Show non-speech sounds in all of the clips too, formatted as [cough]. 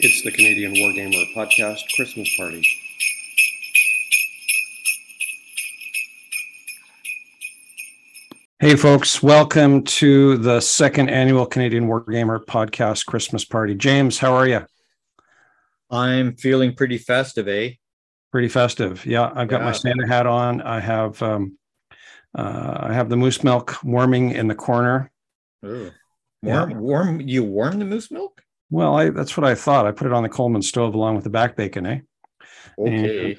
Unleash the Canadian Wargamer Podcast Christmas Party. Hey, folks, welcome to the second annual Canadian Wargamer Podcast Christmas Party. James, how are you? I'm feeling pretty festive, eh? Pretty festive. Yeah, I've got my Yeah. Santa hat on. I have um, uh, I have the moose milk warming in the corner. Ooh. Yeah. Warm, warm. You warm the moose milk? Well, I, that's what I thought. I put it on the Coleman stove along with the back bacon, eh? Okay.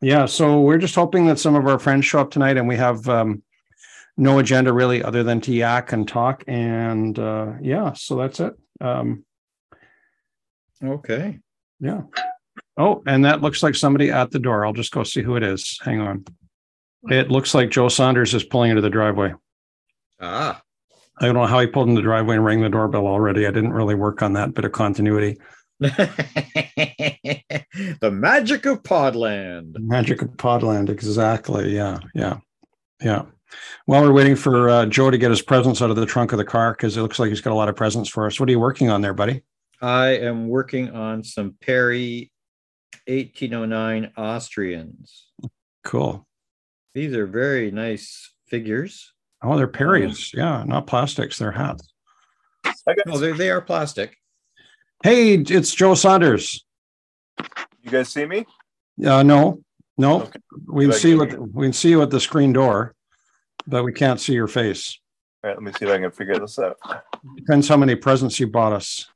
Yeah, so we're just hoping that some of our friends show up tonight, and we have um, no agenda really, other than to yak and talk, and uh, yeah, so that's it. Um, Okay. yeah. Oh, and that looks like somebody at the door. I'll just go see who it is. Hang on. It looks like Joe Saunders is pulling into the driveway. Ah. [laughs] I don't know how he pulled in the driveway and rang the doorbell already. I didn't really work on that bit of continuity. the magic of Podland. The magic of Podland, exactly. Yeah, yeah, yeah. Well, we're waiting for uh, Joe to get his presents out of the trunk of the car because it looks like he's got a lot of presents for us. What are you working on there, buddy? I am working on some Perry 1809 Austrians. Cool. These are very nice figures. Oh, they're Perry's. Yeah, not plastics. They're hats. Oh, they they are plastic. Hey, it's Joe Saunders. You guys see me? Uh, no, no, Okay. we can Did I see you get at the- we can see you at the screen door, but we can't see your face. All right, let me see if I can figure this out. [laughs] Depends how many presents you bought us.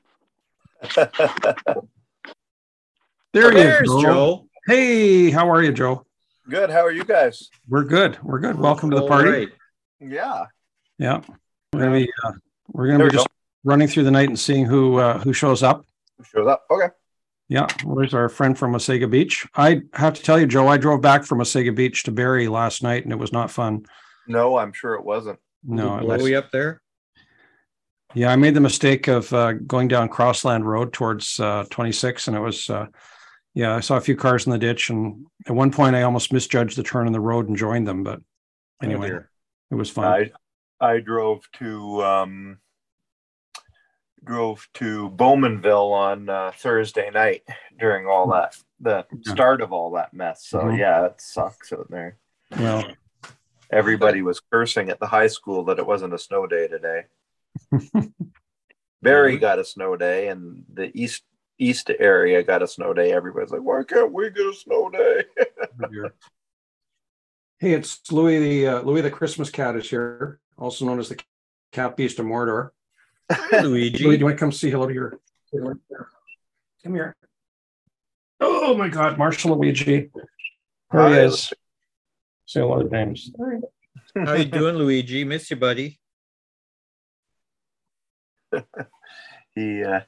There he is, There's Joe. Joe. Hey, how are you, Joe? Good. How are you guys? We're good. We're good. Welcome to the party. All right. Yeah. Yeah, we're gonna be uh, we're gonna There be we just running through the night and seeing who uh, who shows up. Who shows up? Okay. Yeah, well, there's our friend from Osega Beach. I have to tell you, Joe, I drove back from Osega Beach to Barrie last night, and it was not fun. No, I'm sure it wasn't. No, it Blow was- we up there. yeah, I made the mistake of uh, going down Crossland Road towards uh, 26, and it was. Uh, yeah, I saw a few cars in the ditch, and at one point I almost misjudged the turn in the road and joined them. But Oh, anyway, dear. it was fun. I I drove to um drove to Bowmanville on uh, Thursday night during all that the Yeah. start of all that mess. So Mhm. yeah, it sucks out there. well, Everybody was cursing at the high school that it wasn't a snow day today. Barry got a snow day, and the east east area got a snow day. Everybody's like, "Why can't we get a snow day?" [laughs] oh, Hey, it's Louis the uh, Louis the Christmas cat is here, also known as the cat beast of Mordor. Louis, do Luigi. [laughs] you want to come see hello to your? Come here. Oh my God, Marshall Luigi. There he Hi. is. Say hello to James. How you doing, Luigi? Miss you, buddy. he uh,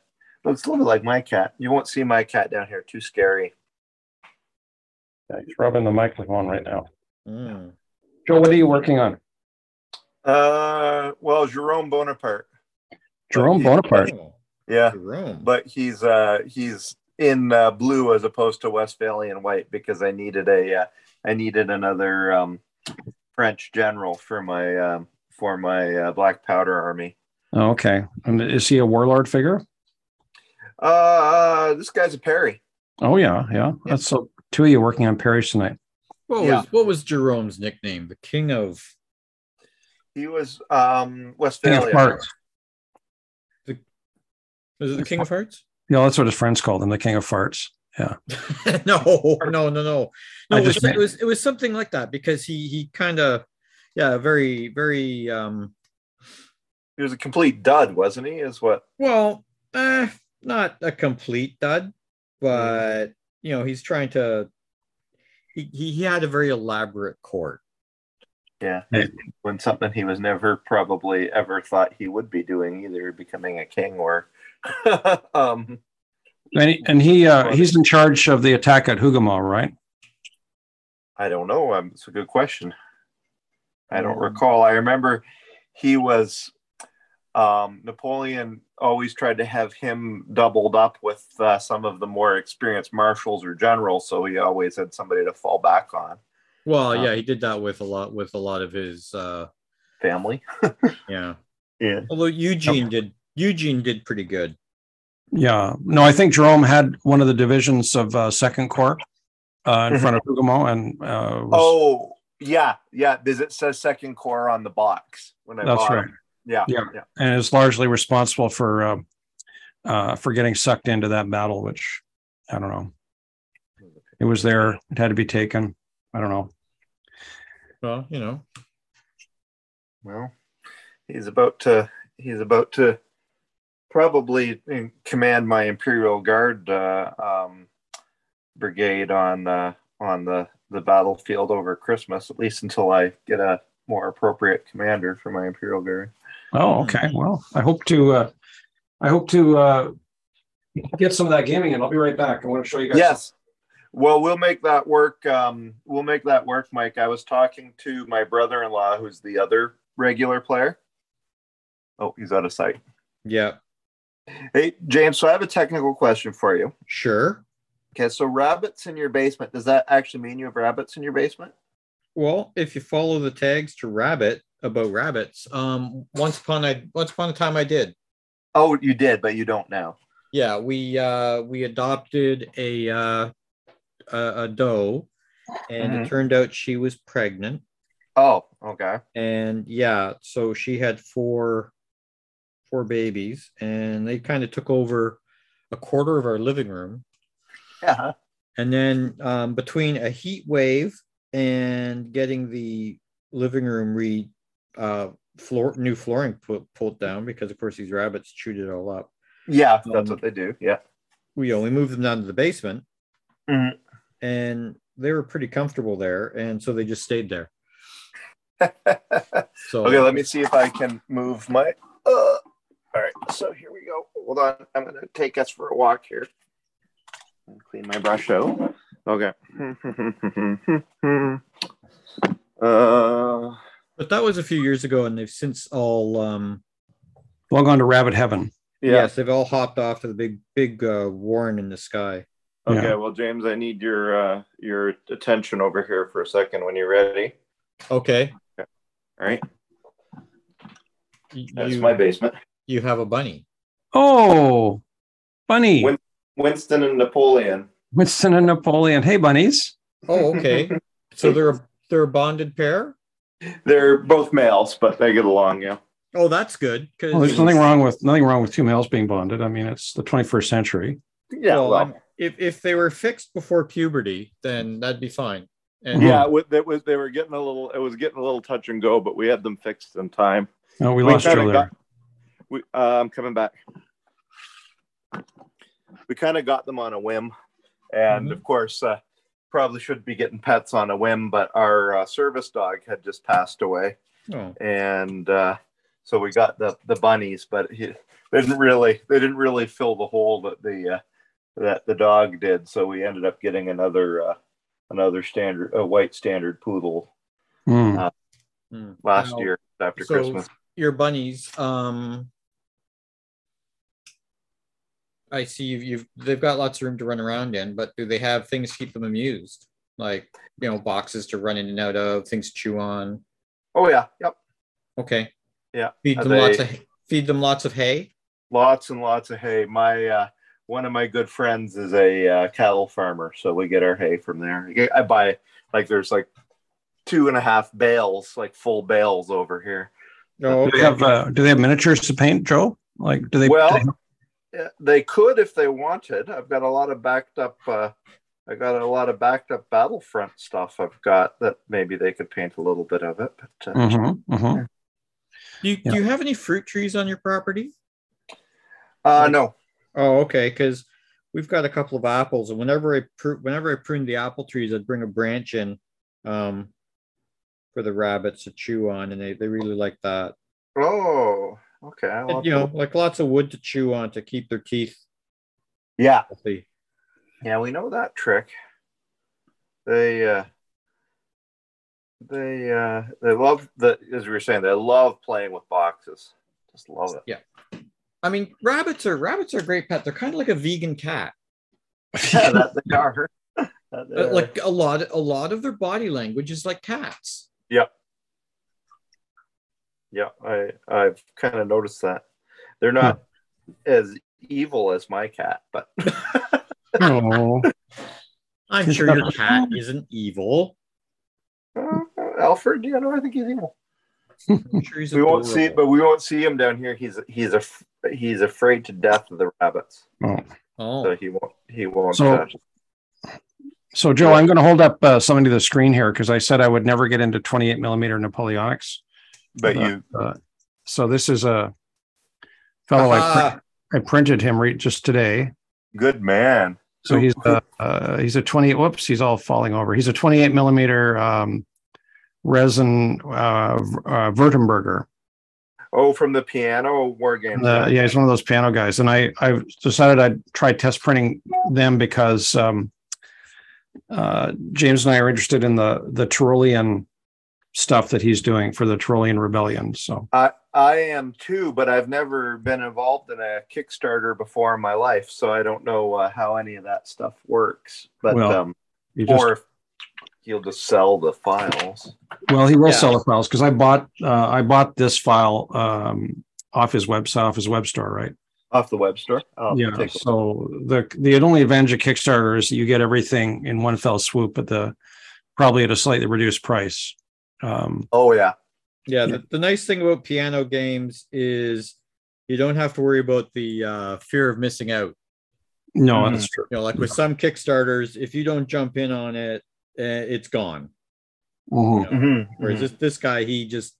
looks a little like my cat. You won't see my cat down here. Too scary. Yeah, He's rubbing the microphone right now. Mm. Joe, what are you working on? Uh, well, Jerome Bonaparte. Jerome Bonaparte. Oh, Yeah, Jerome. but he's uh, he's in uh, blue as opposed to Westphalian white because I needed a uh, I needed another um, French general for my um, for my uh, black powder army. Oh, okay. And is he a warlord figure? Uh, this guy's a Perry. Oh yeah, yeah. That's so. Two of you working on Parrish tonight. What Yeah. was what was Jerome's nickname? The king of He was um King of Westphalia. Hearts. was it the King of Hearts? Yeah, that's what his friends called him, the King of Farts. [laughs] no, no, no, no. No, I it was, just it was it was something like that because he he kind of yeah, very very um He was a complete dud, wasn't he? Is what well, eh, not a complete dud, but you know, he's trying to he, he he had a very elaborate court. yeah. Hey. When something he was never probably ever thought he would be doing, either becoming a king or [laughs] um And he, and he uh, he's in charge of the attack at Hugamo, right? I don't know. Um, it's a good question. I Um, don't recall. I remember he was um, Napoleon always tried to have him doubled up with uh, some of the more experienced marshals or generals, so he always had somebody to fall back on. Well, Uh, yeah, he did that with a lot with a lot of his uh Family. yeah. Yeah. Although Eugene did Eugene did pretty good. Yeah, no, I think Jerome had one of the divisions of uh, Second Corps uh, in front of Hugamo, and uh, was, Oh, yeah, yeah. Because it says second core on the box when I That's bought right. it. Yeah, Yeah. and is largely responsible for uh, uh, for getting sucked into that battle. Which I don't know. It was there. It had to be taken. I don't know. Well, you know, Well, he's about to. He's about to probably in- command my Imperial Guard uh, um, brigade on uh, on the the battlefield over Christmas, at least until I get a more appropriate commander for my Imperial Guard. Oh, okay. Well, I hope to. Uh, I hope to uh, get some of that gaming, and I'll be right back. I want to show you guys. Yes. Well, we'll make that work. Um, we'll make that work, Mike. I was talking to my brother-in-law, who's the other regular player. Oh, he's out of sight. yeah, Hey, James. So I have a technical question for you. sure. Okay, so rabbits in your basement. Does that actually mean you have rabbits in your basement? Well, if you follow the tags to rabbit about rabbits, um, once upon I once upon a time I did. Oh, you did, but you don't now. Yeah, we uh, we adopted a uh, a, a doe, and it Mhm. turned out she was pregnant. Oh, okay. and yeah so she had four four babies and they kind of took over a quarter of our living room Uh-huh. Yeah. and then um, between a heat wave and getting the living room re uh, floor new flooring put, pulled down because of course these rabbits chewed it all up Yeah, that's Um, what they do. Yeah. we only moved them down to the basement Mhm. and they were pretty comfortable there and so they just stayed there okay, so let me see if I can move my uh all right. So here we go. Hold on. I'm gonna take us for a walk here. Clean my brush out. Okay. [laughs] uh but that was a few years ago and they've since all um Log on to Rabbit Heaven. Yes, they've all hopped off to the big, big uh, Warren in the sky. Yeah. Okay, well, James, I need your uh, your attention over here for a second when you're ready. Okay. All right, y- that's you, my basement. you have a bunny. Oh, Bunny, When- Winston and Napoleon. Winston and Napoleon. Hey, bunnies. Oh, okay. so they're a, they're a bonded pair. They're both males, but they get along. Yeah. Oh, that's good. Because Well, there's nothing wrong with nothing wrong with two males being bonded. I mean, it's the 21st century. Yeah. Well, if if they were fixed before puberty, then that'd be fine. And [clears throat] yeah. It was, it was they were getting a little. It was getting a little touch and go, but we had them fixed in time. No, Oh, we We lost kinda Joe there. got- we, uh, I'm coming back. We kind of got them on a whim, and of course, uh, probably should be getting pets on a whim. But our uh, service dog had just passed away, oh, and uh, so we got the the bunnies, but he, they didn't really they didn't really fill the hole that the uh, that the dog did. So we ended up getting another uh, another standard a white standard poodle Hmm. hmm. last Now, year after so Christmas. Your bunnies. Um, I see you've, you've they've got lots of room to run around in, but do they have things to keep them amused? Like you know, boxes to run in and out of, things to chew on. Oh yeah, yep. Okay. Yeah, Feed are them lots they- of feed them lots of hay. lots and lots of hay. My uh, one of my good friends is a uh, cattle farmer, so we get our hay from there. Yeah, I buy like there's like two and a half bales, like full bales over here. No, Do they have uh, do they have miniatures to paint, Joe? Like, do they? well, yeah, they could if they wanted. I've got a lot of backed up. Uh, I got a lot of backed up Battlefront stuff. I've got that maybe they could paint a little bit of it, but. Uh, Mhm, mhm. do, you, do you have any fruit trees on your property? uh, no, Oh, okay. Because we've got a couple of apples, and whenever I pru- whenever I pruned the apple trees, I'd bring a branch in um, for the rabbits to chew on, and they, they really like that. oh, okay. I'll have And, you to- know, like lots of wood to chew on to keep their teeth yeah, healthy. Yeah, we know that trick. They uh they uh they love the as we were saying, they love playing with boxes. Just love [laughs] it. I mean, rabbits are rabbits are a great pet. They're kind of like a vegan cat. Yeah, that they are. [laughs] That they Uh, are. Like a lot a lot of their body language is like cats. yeah, I I've kind of noticed that. They're not as evil as my cat, but [laughs] [laughs] Oh, I'm sure your cat isn't evil. uh, Alfred, you know, I think he's evil. I'm sure he's We won't see, it, adorable. but we won't see him down here. He's he's a he's afraid to death of the rabbits, oh. so Oh, he won't he won't. So- uh, So, Joe, I'm going to hold up uh, something to the screen here because I said I would never get into 28 millimeter Napoleonics. Uh, but you, So this is a fellow Oh, I, print- Ah, I printed him re- just today. good man. So he's a, uh, he's a 28. Whoops, he's all falling over. He's a 28 millimeter um, resin uh, v- uh, Württemberger. Oh, from the piano war game. Uh, yeah, he's one of those piano guys, and I I decided I'd try test printing them because um, uh, James and I are interested in the the Tyrolean stuff that he's doing for the Tyrolean Rebellion. So I I am too, but I've never been involved in a Kickstarter before in my life, so I don't know uh, how any of that stuff works. But Well, um, you just or if you'll just sell the files. well, he will yeah. sell the files because I bought uh, I bought this file um, off his website, off his web store, right? off the web store. Oh, yeah. take- So the the only advantage of Kickstarter is that you get everything in one fell swoop, at the probably at a slightly reduced price. Um, oh yeah. yeah. The, the nice thing about piano games is you don't have to worry about the uh, fear of missing out. no, Mhm. that's true. You know, like with some Kickstarters, if you don't jump in on it, uh, it's gone. Mhm. You know? Whereas this this guy, he just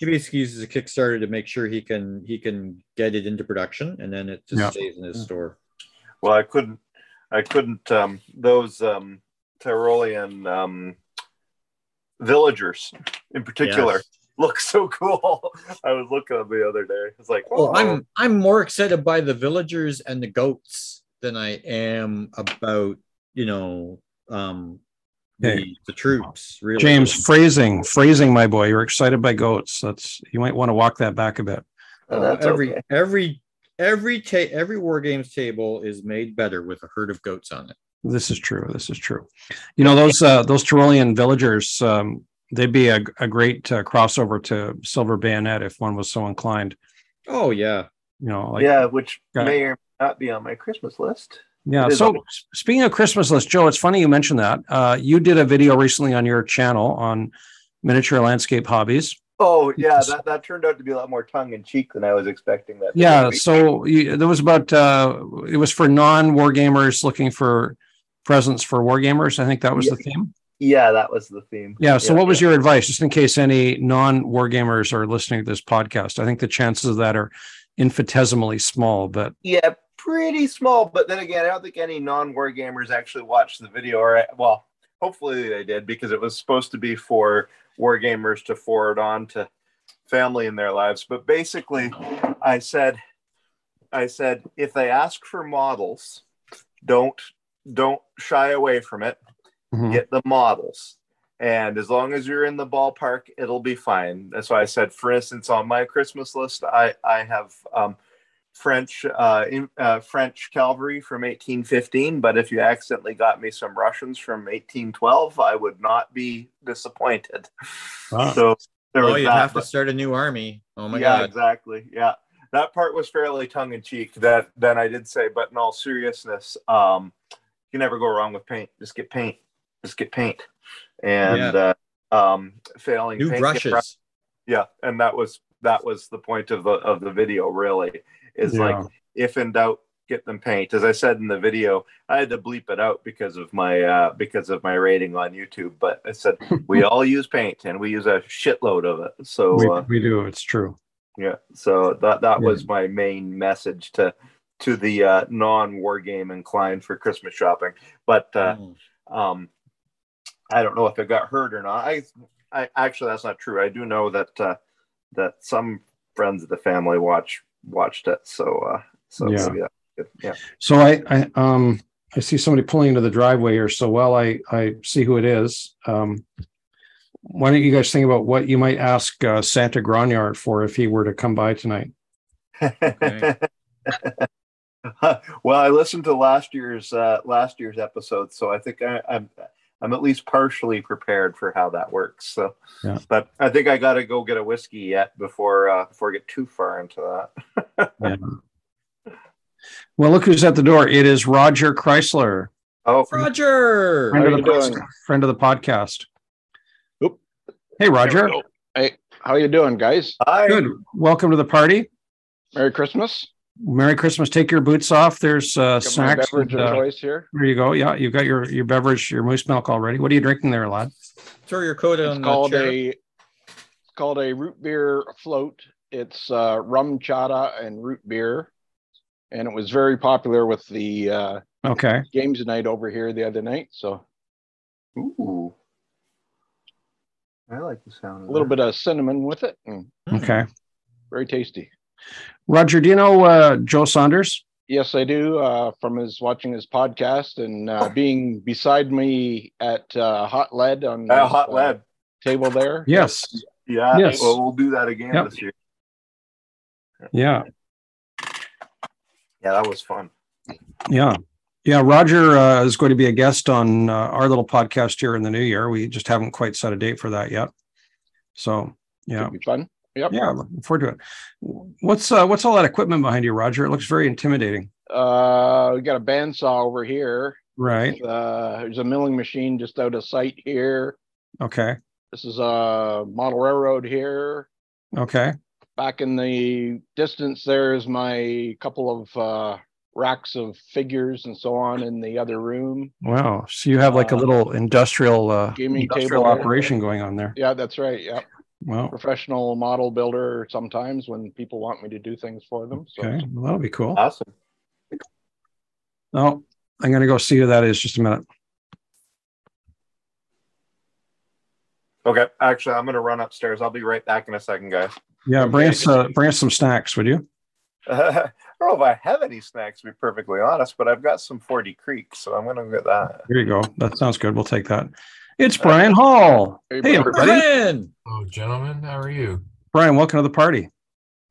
he basically uses a Kickstarter to make sure he can he can get it into production, and then it just Yeah. stays in his store. Well, I couldn't. I couldn't. Um, those um, Tyrolean um, villagers, in particular, Yes. look so cool. [laughs] I was looking at them the other day. It's like, Oh, oh, I'm I'm more excited by the villagers and the goats than I am about you know um Hey. the, the troops. Really, James, phrasing, phrasing, my boy. You're excited by goats. That's you might want to walk that back a bit. Oh, that's every okay. every every ta- every war games table is made better with a herd of goats on it. This is true. This is true. You know those uh, those Tyrolean villagers. Um, they'd be a, a great uh, crossover to Silver Bayonet if one was so inclined. Oh yeah, You know, like yeah, which Yeah. may or may not be on my Christmas list. yeah. It is So on- s- speaking of Christmas list, Joe, it's funny you mentioned that. Uh, you did a video recently on your channel on miniature landscape hobbies. Oh yeah, Yes. that, that turned out to be a lot more tongue in cheek than I was expecting. That to yeah be. so you, there was about uh it was for non wargamers looking for presents for wargamers i think that was Yeah. the theme yeah, that was the theme. yeah so what was your advice just in case any non wargamers are listening to this podcast i think the chances of that are infinitesimally small but Yeah, pretty small. But then again, I don't think any non-war gamers actually watched the video. Or well, hopefully they did because it was supposed to be for war gamers to forward on to family in their lives. But basically, I said, I said, if they ask for models, don't don't shy away from it. Mhm. Get the models. And as long as you're in the ballpark, it'll be fine. That's why I said, for instance, on my Christmas list, I, I have um, French uh, in, uh, French cavalry from 1815, but if you accidentally got me some Russians from 1812, I would not be disappointed. Wow. So there oh was you that, have to but- start a new army. Oh my yeah, god, exactly. Yeah, that part was fairly tongue in cheek. That then I did say, but in all seriousness, um, you never go wrong with paint. Just get paint. Just get paint. And uh, um, failing new paint, get brushes. brush- yeah, and that was that was the point of the of the video. Really, is like Yeah. if in doubt get them paint as i said in the video i had to bleep it out because of my uh because of my rating on youtube but [laughs] i said we all use paint and we use a shitload of it so we, uh, we do it's true yeah so that that Yeah. was my main message to to the uh non-war game inclined for christmas shopping but uh Mm. um i don't know if it got heard or not i i actually that's not true i do know that uh that some friends of the family watch watched it so uh so Yeah. so, yeah yeah so i i um i see somebody pulling into the driveway here so while i i see who it is um why don't you guys think about what you might ask uh, santa grognard for if he were to come by tonight Okay. [laughs] well, I listened to last year's uh, last year's episode, so I think I, I'm I'm at least partially prepared for how that works. So, Yeah. but I think I got to go get a whiskey yet before uh, before I get too far into that. Yeah. Well, look who's at the door. It is Roger Chrysler, Oh, Roger. friend, How of the, you doing? podcast- friend of the podcast. Oop. Hey, There Roger. we go. Hey, how you doing, guys? hi. Good. Welcome to the party. Merry Christmas. Merry Christmas. Take your boots off. There's uh, Got my snacks. beverage and, of uh, choice here. there you go. Yeah, you've got your, your beverage, your moose milk already. What are you drinking there, lad? Throw your coat It's on the called chair. a it's called a root beer float. It's uh, rum chata and root beer, and it was very popular with the uh, Okay. games night over here the other night. So Ooh. I like the sound. Of a little that. bit of cinnamon with it, and Okay. very tasty. Roger, do you know uh, Joe Saunders? Yes, I do. Uh, from his watching his podcast and uh, Oh. being beside me at uh, Hot Lead on Ah, his, hot uh, lead. table there. Yes. Yeah. Yes. Well, we'll do that again Yep. this year. Yeah. Yeah, that was fun. Yeah. Yeah. Roger uh, is going to be a guest on uh, our little podcast here in the new year. We just haven't quite set a date for that yet. So, yeah. Should be fun. Yep. Yeah. Looking forward to it. What's uh, what's all that equipment behind you, Roger? It looks very intimidating. Uh, we got a bandsaw over here. Right. Uh, there's a milling machine just out of sight here. Okay. This is a model railroad here. Okay. Back in the distance, there's my couple of uh, racks of figures and so on in the other room. Wow. So you have like a Uh, little industrial uh, gaming industrial table. operation going on there. Yeah, that's right. Yeah, Wow. professional model builder sometimes when people want me to do things for them. So Okay. Well, that'll be cool. Uh, Awesome. Oh, I'm going to go see who that is just a minute. Okay. Actually, I'm gonna run upstairs. I'll be right back in a second, guys. Yeah. Bring us uh, bring us some snacks, would you? [laughs] I don't know if I have any snacks, to be perfectly honest, but I've got some 40 Creek, so I'm gonna get that. Here you go. That sounds good. We'll take that. It's Uh, Brian Hall. Hey, Hey, Brian. everybody. Brian. Oh, gentlemen, how are you? Brian, welcome to the party.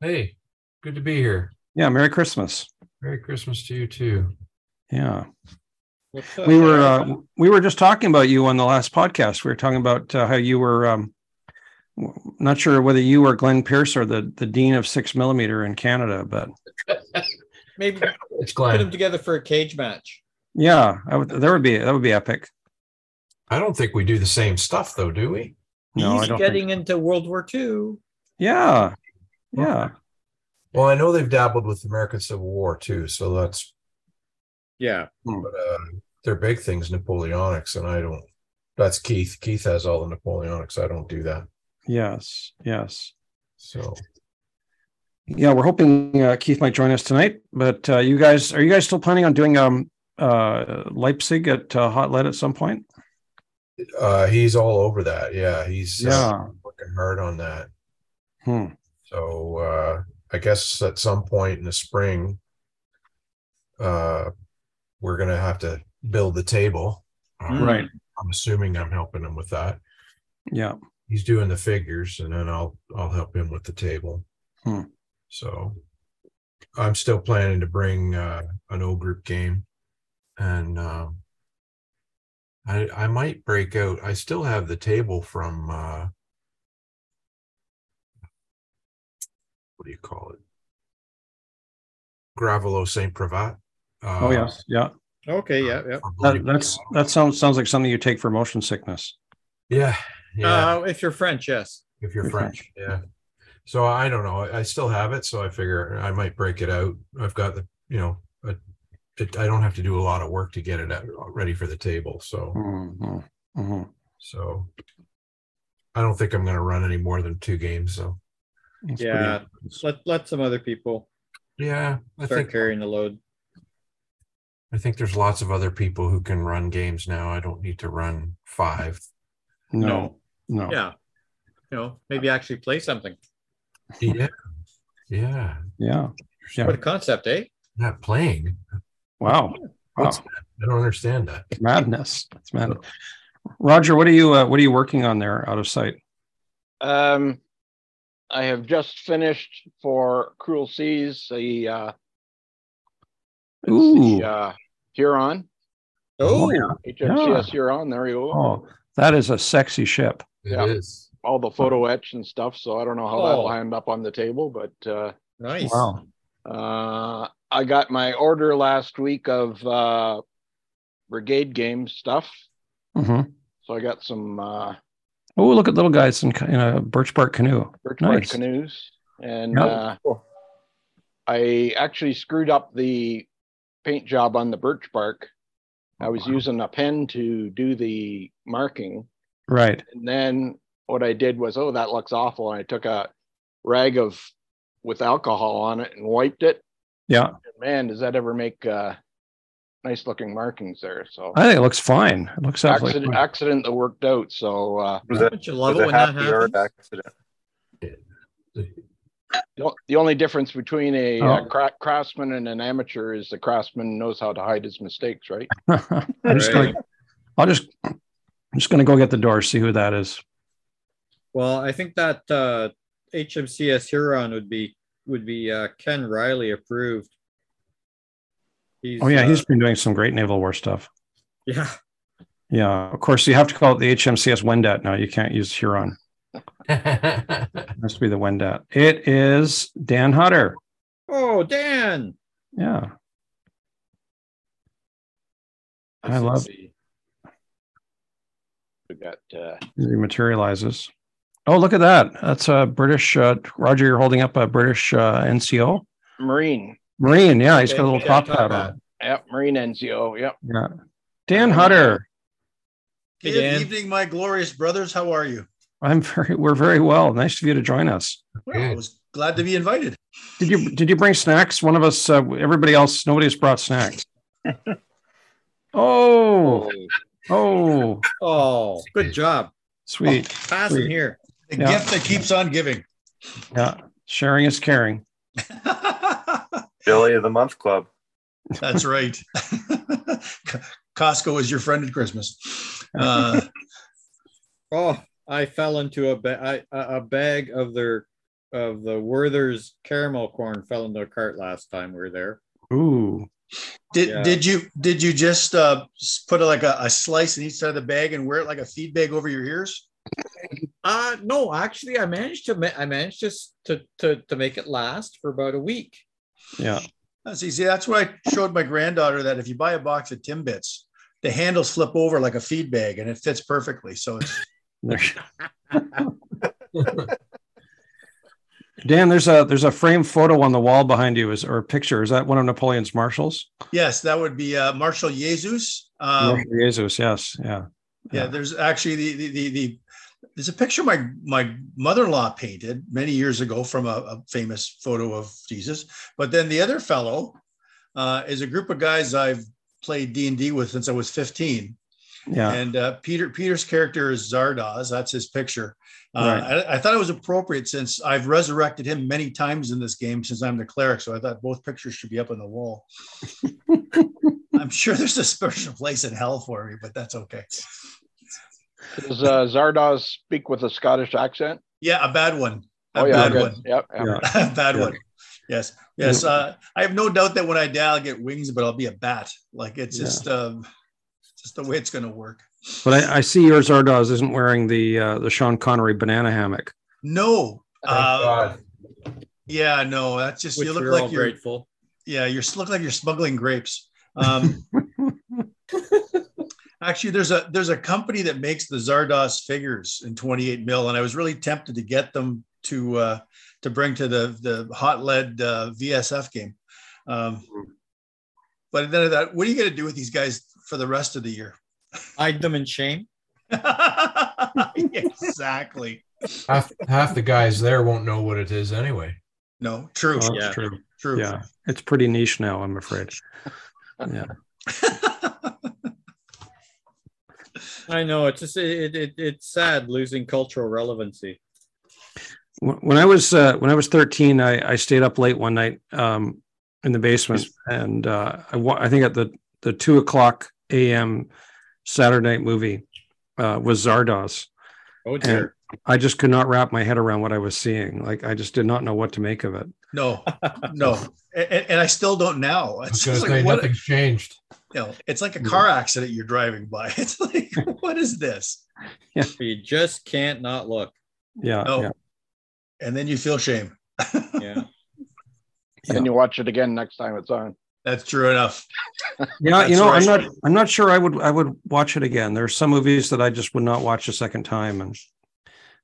Hey, good to be here. Yeah, Merry Christmas. Merry Christmas to you too. Yeah, What's up? we were uh, we were just talking about you on the last podcast. We were talking about uh, how you were um, w- not sure whether you or Glenn Pierce are the the dean of six millimeter in Canada, but [laughs] Maybe It's put them Glenn. together for a cage match. yeah, I would, there would be that would be epic. I don't think we do the same stuff though, do we? No, He's I don't. getting Think, into World War II. yeah, Oh. yeah, Well, I know they've dabbled with American Civil War too, so that's Yeah. but, uh, their big things Napoleonics, and I don't. That's Keith. Keith has all the Napoleonics. I don't do that. yes, yes. So Yeah, we're hoping uh, Keith might join us tonight. But uh, you guys, are you guys still planning on doing um uh Leipzig at uh, Hot Lead at some point? uh, he's all over that. Yeah, he's uh, Yeah. working hard on that. Hmm. So uh, I guess at some point in the spring, uh, we're gonna have to build the table. Um, Hmm. Mm. Right. I'm assuming I'm helping him with that. Yeah. He's doing the figures, and then I'll I'll help him with the table. Hmm. So I'm still planning to bring uh, an old group game, and um, I I might break out. I still have the table from uh, what do you call it? Gravelo Saint Privat. Uh, Oh yes. Yeah. Okay. Yeah. Yeah. from That, Bloody- that's that sounds sounds like something you take for motion sickness. yeah yeah. Uh, if you're French, yes. if you're You're French. Yeah. So I don't know. I I still have it, so I figure I might break it out. I've got the, you know, I, it, I don't have to do a lot of work to get it out, ready for the table. So, Mhm, mhm. so I don't think I'm going to run any more than two games. So, That's Yeah. pretty- Let let some other people yeah, I start think carrying the load. I think there's lots of other people who can run games now. I don't need to run five. no, no. Yeah. Yeah. You know, maybe actually play something. Yeah, yeah. yeah. Yeah. What a concept, eh? Not playing. [laughs] Wow. Wow. What's that? I don't understand that. It's madness. It's madness. Roger, what are you uh, what are you working on there out of sight? Um, I have just finished for Cruel Seas the uh, it's Ooh. the uh, Huron Oh, yeah. HMCS Huron. There you go. Oh, that is a sexy ship. It Yeah. is. [laughs] all the photo etch and stuff. So I don't know how Oh. that'll end up on the table, but uh, nice. Wow. Uh, I got my order last week of uh, brigade game stuff, Mm-hmm. so I got some uh, Oh, look at little guys in, in a birch bark canoe. birch bark Nice. canoes, and Yeah. uh, Cool. I actually screwed up the paint job on the birch bark. I was using a pen to do the marking, Right. and then what I did was, oh, that looks awful, and I took a rag of with alcohol on it and wiped it. Yeah. Man, does that ever make uh, nice looking markings there? So I think it looks fine. It looks absolutely accident, fine. accident that worked out. So uh, Was that Don't you love was it a when that happy art happens? accident? the o- the only difference between a, uh Oh. cra- craftsman and an amateur is the craftsman knows how to hide his mistakes, right? [laughs] I'm just gonna, I'll just, I'm just gonna go get the door, see who that is. Well, I think that uh, HMCS Huron would be would be uh, Ken Riley approved. He's, Oh yeah, uh, he's been doing some great naval war stuff. [laughs] yeah. Yeah, of course you have to call it the HMCS Wendat now. You can't use Huron. It has to be the Wendat. It is Dan Hutter. Oh, Dan. Yeah. I Let's love- see. We got uh, He materializes. Oh, look at that. That's a British uh, Roger, you're holding up a British uh, NCO. Marine. Marine, yeah, he's got a Okay, little yeah, top top hat hat. on. Yep, Marine NCO. Yep. Yeah. Um, Dan Hutter. Hey, Good Dan. evening, my glorious brothers. How are you? I'm very we're very well. Nice of you to join us. Well, I was glad to be invited. Did you did you bring snacks? One of us uh, everybody else nobody's brought [laughs] snacks. oh, oh, Oh, good job. sweet. Pass him Sweet. here. The Yeah. gift that keeps on giving. [laughs] Yeah. Sharing is caring. Billy of the Month Club. That's right. [laughs] Costco is your friend at Christmas. Uh, Oh, I fell into a bag. A a bag of their of the Werther's caramel corn fell into a cart last time we were there. Ooh. did Yeah. did you did you just uh, s- put like a, a slice in each side of the bag and wear it like a feed bag over your ears? Uh no, actually, I managed to ma- I managed to s- to to to make it last for about a week. Yeah. That's easy. That's what I showed my granddaughter that if you buy a box of Timbits, the handles flip over like a feed bag and it fits perfectly. So it's [laughs] Dan, there's a there's a frame photo on the wall behind you, is or a picture. Is that one of Napoleon's marshals? yes, that would be uh, Marshal Jesus. Um, Marshal Jesus, yes, yeah. yeah, there's actually the the the, the there's a picture my my mother-in-law painted many years ago from a, a famous photo of Jesus. But then the other fellow uh, is a group of guys I've played D and D with since I was 15. Yeah. And uh, Peter Peter's character is Zardoz. That's his picture. Uh, I, I thought it was appropriate since I've resurrected him many times in this game since I'm the cleric. So I thought both pictures should be up on the wall. I'm sure there's a special place in hell for me, but that's okay. Does uh, Zardoz speak with a Scottish accent? Yeah, a bad one. A oh yeah, bad good. one. [laughs] Yep, yep. Yeah. A bad Yeah. one. Yes. Yes. Uh, I have no doubt that when I die, I'll get wings, but I'll be a bat. Like it's Yeah. just um, just the way it's going to work. But I, I see yours Zardoz isn't wearing the uh, the Sean Connery banana hammock. No. Oh, Uh, God. yeah, no, that's just, Which you we look we're all like you're, grateful. yeah, you're look like you're smuggling grapes. Um, actually, there's a there's a company that makes the Zardos figures in 28 mil, and I was really tempted to get them to uh, to bring to the the hot lead uh, VSF game. Um, but then I thought, what are you going to do with these guys for the rest of the year? Hide them in shame. [laughs] exactly. half, half the guys there won't know what it [laughs] is anyway. No, true, Oh, that's Yeah. true. true. Yeah. It's pretty niche now, I'm afraid. Yeah. I know it's just it, it it's sad losing cultural relevancy. When when I was uh, when I was 13, I, I stayed up late one night um, in the basement, and uh, I, wa- I think at the the two o'clock a.m. Saturday night movie uh, was Zardoz. Oh And dear. I just could not wrap my head around what I was seeing. Like I just did not know what to make of it. No, no, and, and- and I still don't now. I was It's going just to like say what, nothing's changed. you know, it's like a car accident you're driving by. [laughs] It's like, what is this? You just can't not look. Yeah, No. yeah. And then you feel shame. Yeah. and you watch it again next time it's on. That's true enough. Yeah, you That's know, I'm right. not I'm not sure I would I would watch it again. There are some movies that I just would not watch a second time, and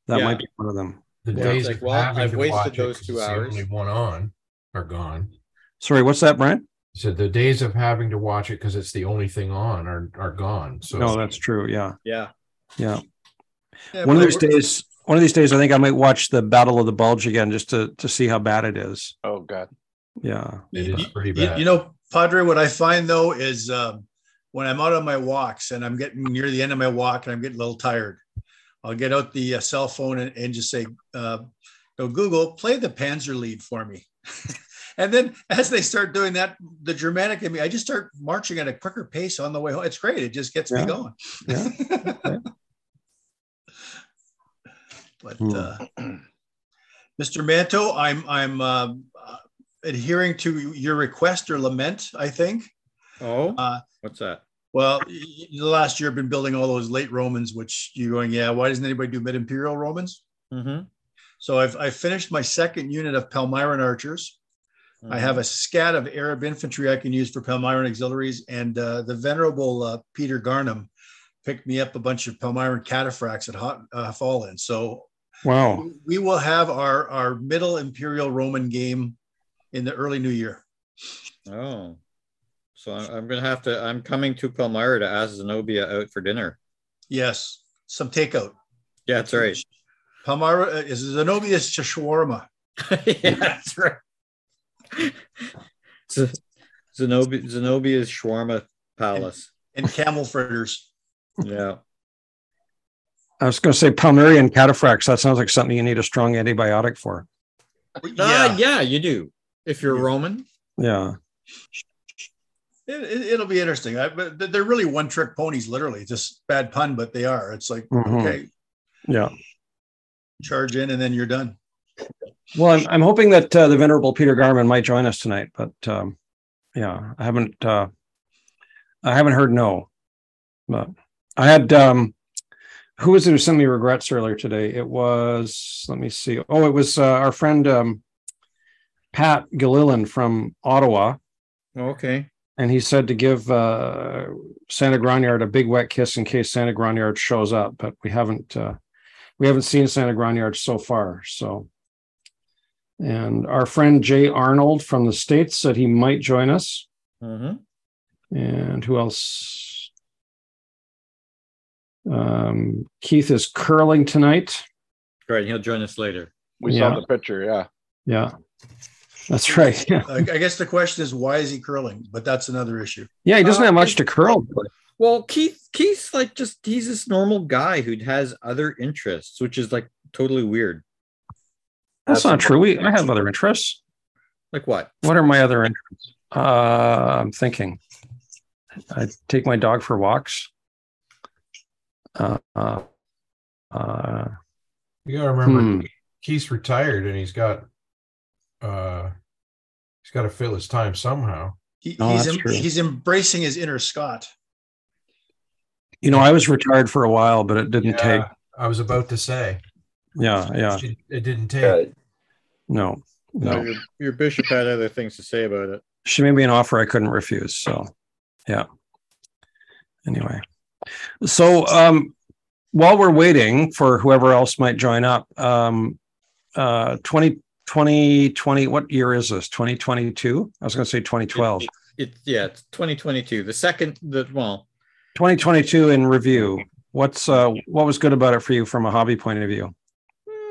that Yeah. might be one of them. The Yeah, days it's like, of well, having I've to wasted watch it those 'cause two it's the hours. Only one on are gone. Sorry, what's that, Brent? So the days of having to watch it because it's the only thing on are are gone. So No, that's true. Yeah, Yeah. yeah. Yeah, One of but these we're- [laughs] days, one of these days, I think I might watch the Battle of the Bulge again just to to see how bad it is. Oh God, Yeah. it is You- pretty you- bad. You know, Padre, what I find though is um, when I'm out on my walks and I'm getting near the end of my walk and I'm getting a little tired, I'll get out the uh, cell phone and, and just say, uh, "Go Google, play the Panzer lead for me." [laughs] and then as they start doing that, the Germanic in me, I just start marching at a quicker pace on the way home. It's great; it just gets Yeah. me going. [laughs] Yeah. But Hmm. uh, [clears throat] Mr. Manto, I'm I'm um, uh, adhering to your request or lament. I think. Oh, [laughs] Uh, what's that? Well, y- y- the last year I've been building all those late Romans, which you're going, yeah, why doesn't anybody do mid imperial Romans? Mm-hmm. So I've, i finished my second unit of Palmyran archers. I Mm-hmm. have a scat of Arab infantry I can use for Palmyran auxiliaries. And uh, the venerable uh, Peter Garnham picked me up a bunch of Palmyran cataphracts at Hot uh, Fall In. So Wow. we will have our, our middle imperial Roman game in the early new year. Oh. So I'm, I'm gonna have to. I'm coming to Palmyra to ask Zenobia out for dinner. Yes, some takeout. Yeah, that's right. Palmyra uh, is Zenobia's shawarma. [laughs] yeah, that's right. Z- Zenobia, Zenobia's shawarma palace. and camel fritters. Yeah. I was going to say Palmyrian cataphracts. That sounds like something you need a strong antibiotic for. Ah, yeah, you do. If you're Yeah. Roman. Yeah. It, it, it'll be interesting. I, but they're really one trick ponies, literally. Just bad pun, but they are. It's like, Mhm. okay, Yeah. charge in and then you're done. Well, I'm, I'm hoping that uh, the venerable Peter Garman might join us tonight, but um, yeah, I haven't uh, I haven't heard no. But I had um, who was it who sent me regrets earlier today? It was let me see. Oh, it was uh, our friend um, Pat Gilliland from Ottawa, Okay. and he said to give uh, Santa Graniard a big wet kiss in case Santa Graniard shows up, but we haven't uh, we haven't seen Santa Graniard so far. So, and our friend Jay Arnold from the states said he might join us, Mm-hmm. and who else? Um, Keith is curling tonight. Right. He'll join us later. we Yeah. saw the picture. Yeah, Yeah, that's right. [laughs] Yeah, I, I guess the question is, why is he curling? But that's another issue. yeah he doesn't Uh, have much to curl. Well, Keith, Keith's like just he's this normal guy who has other interests, which is like totally weird. That's not true. We I have other interests. Like what? What are my other interests? Uh, I'm thinking. I take my dog for walks. Uh, uh, uh, You gotta remember, Hmm. Keith's retired and he's got, uh, he's got to fill his time somehow. He, Oh, he's, that's em- true. he's embracing his inner Scott. you know, I was retired for a while, but it didn't take. Yeah, I was about to say, Yeah, yeah, it, it didn't take. Uh, no, No, no. your, your bishop had other things to say about it. She made me an offer I couldn't refuse. So, yeah. Anyway, so um, while we're waiting for whoever else might join up, um, uh, 20, 2020, what year is this? 2022? I was going to say 2012. It, it, yeah, it's 2022. The second, the well, 2022 in review. What's uh, what was good about it for you from a hobby point of view?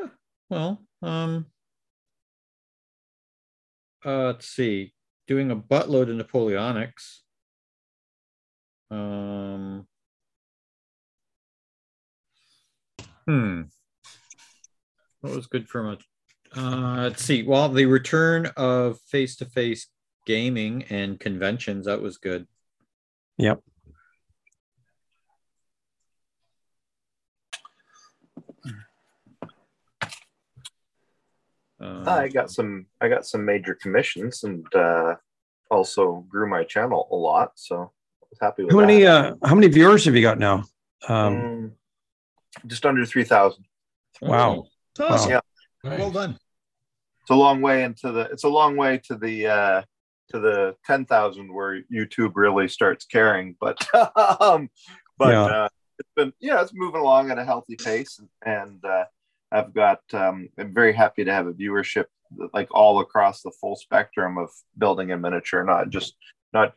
eh, well, um, uh, let's see, doing a buttload of Napoleonics. Um, hmm, what was good for much? Uh, let's see. Well, the return of face-to-face gaming and conventions that was good. Um, I got some I got some major commissions and uh, also grew my channel a lot, so I was happy with How many that. uh, how many viewers have you got now? Um, Mm, just under three thousand. wow. It's awesome. Yeah. Nice. Well done. it's a long way into the it's a long way to the uh to the 10,000 where YouTube really starts caring but [laughs] um but Yeah. uh, it's been yeah it's moving along at a healthy pace and uh I've got um I'm very happy to have a viewership like all across the full spectrum of building in miniature not just not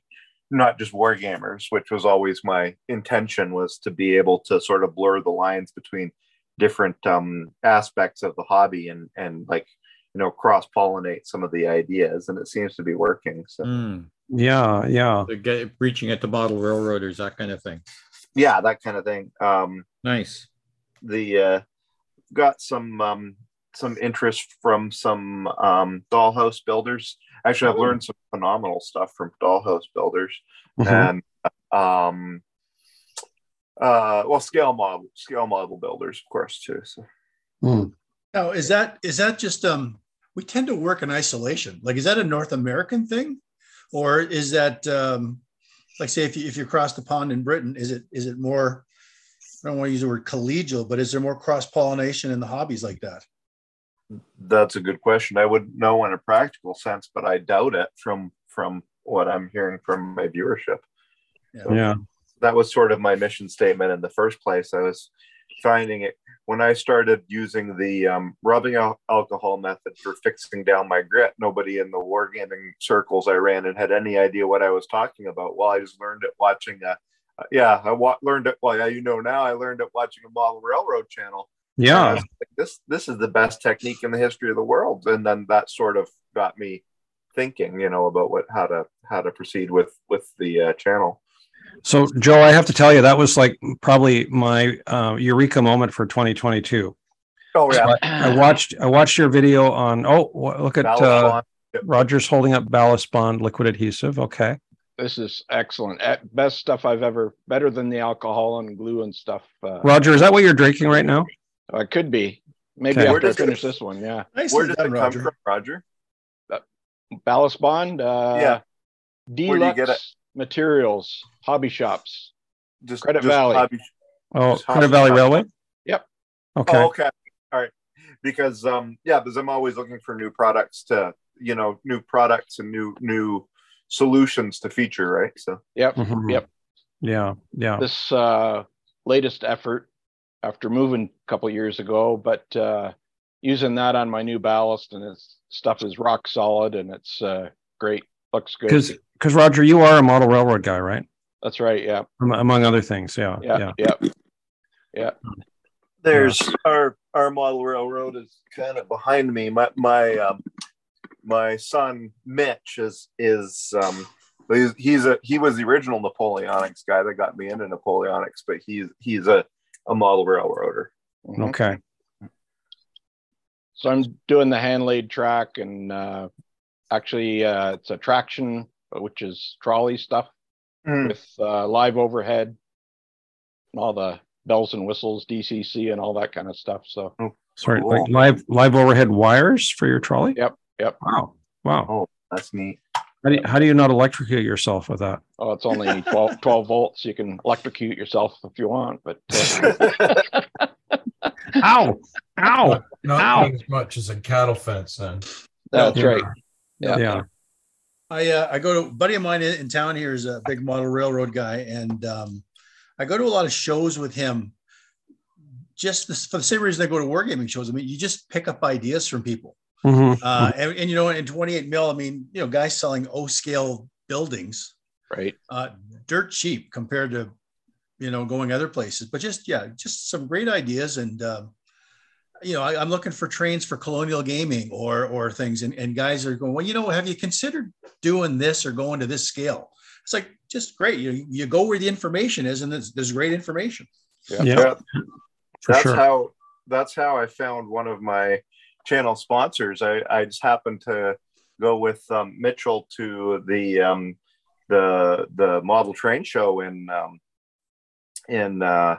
not just war gamers which was always my intention was to be able to sort of blur the lines between different um aspects of the hobby and and like you know cross pollinate some of the ideas and it seems to be working so Mm. Yeah, yeah. So get, reaching at the model railroaders, that kind of thing. yeah that kind of thing um Nice. the uh got some um some interest from some um dollhouse builders actually i've learned some phenomenal stuff from dollhouse builders Mhm. and um uh well scale model scale model builders of course too so Mm. Now, is that is that just um we tend to work in isolation? Like, is that a North American thing, or is that um like say if you if you cross the pond in Britain, is it is it more? I don't want to use the word collegial, but is there more cross pollination in the hobbies like that? That's a good question. I wouldn't know in a practical sense, but I doubt it from from what I'm hearing from my viewership. Yeah. That was sort of my mission statement in the first place. I was finding it when I started using the um, rubbing al- alcohol method for fixing down my grit. Nobody in the wargaming circles I ran in had any idea what I was talking about. Well, I just learned it watching a uh, yeah, I wa- learned it. Well, yeah, you know now. I learned it watching a model railroad channel. And I Yeah. was like, this this is the best technique in the history of the world. And then that sort of got me thinking, you know, about what how to how to proceed with with the uh, channel. So, Joe, I have to tell you, that was like probably my uh, eureka moment for 2022. Oh yeah, I watched I watched your video on oh wh- look at Ballast uh, Bond. Rogers holding up ballast bond liquid adhesive. Okay, This is excellent. At best stuff I've ever, better than the alcohol and glue and stuff. Uh, Roger, is that what you're drinking right now? uh, could be. Maybe Okay. Where after I does it- finish this one. Yeah. Nicely Where did done, it come Roger. from, Roger? Ballast Bond. Uh, Yeah. Deluxe Where do you get materials, hobby shops. Just Credit just Valley. hobby- Oh, Just Credit Hudson Valley Hudson. Railway. Yep. Okay. Oh, okay. All right. Because um yeah, because I'm always looking for new products to you know new products and new new solutions to feature, right? So Yep. Mhm. Yep. Yeah. Yeah. This uh, latest effort after moving a couple years ago, but uh, using that on my new ballast and it's stuff is rock solid and it's uh, great. Looks good. Because because Roger, you are a model railroad guy, right? That's right. Yeah. Am- Among other things. Yeah. Yeah. Yeah. Yeah. there's our our model railroad is kind of behind me my my um my son mitch is is um he's, he's a he was the original napoleonics guy that got me into napoleonics but he's he's a a model railroader Mhm. Okay. So I'm doing the hand laid track and uh, actually uh, it's a traction, which is trolley stuff Mm. with uh, live overhead and all the bells and whistles, DCC, and all that kind of stuff. So, Sorry. Cool. Like live live overhead wires for your trolley. Yep, yep. Wow. Wow. that's [laughs] neat How do you, how do you not electrocute yourself with that? oh, it's only 12, 12 volts. You can electrocute yourself if you want, but uh, [laughs] Ow! Ow! [laughs] Ow. Not being as much as a cattle fence then. that's right. Yeah. Yeah. I uh, I go to a buddy of mine in, in town here is a big model railroad guy, and um, I go to a lot of shows with him. Just this, for the same reason I go to wargaming shows. I mean, you just pick up ideas from people, Mhm. uh, and, and you know, in 28 mil, I mean, you know, guys selling O scale buildings, Right. uh, dirt cheap compared to, you know, going other places. But just yeah, just some great ideas, and um, you know, I, I'm looking for trains for colonial gaming or or things, and, and guys are going, well, you know, have you considered doing this or going to this scale? It's like just great. You you go where the information is, and there's, there's [laughs] great information. Yeah. Yeah. For that's sure. how that's how I found one of my channel sponsors. I, I just happened to go with um, Mitchell to the um, the the model train show in um, in uh,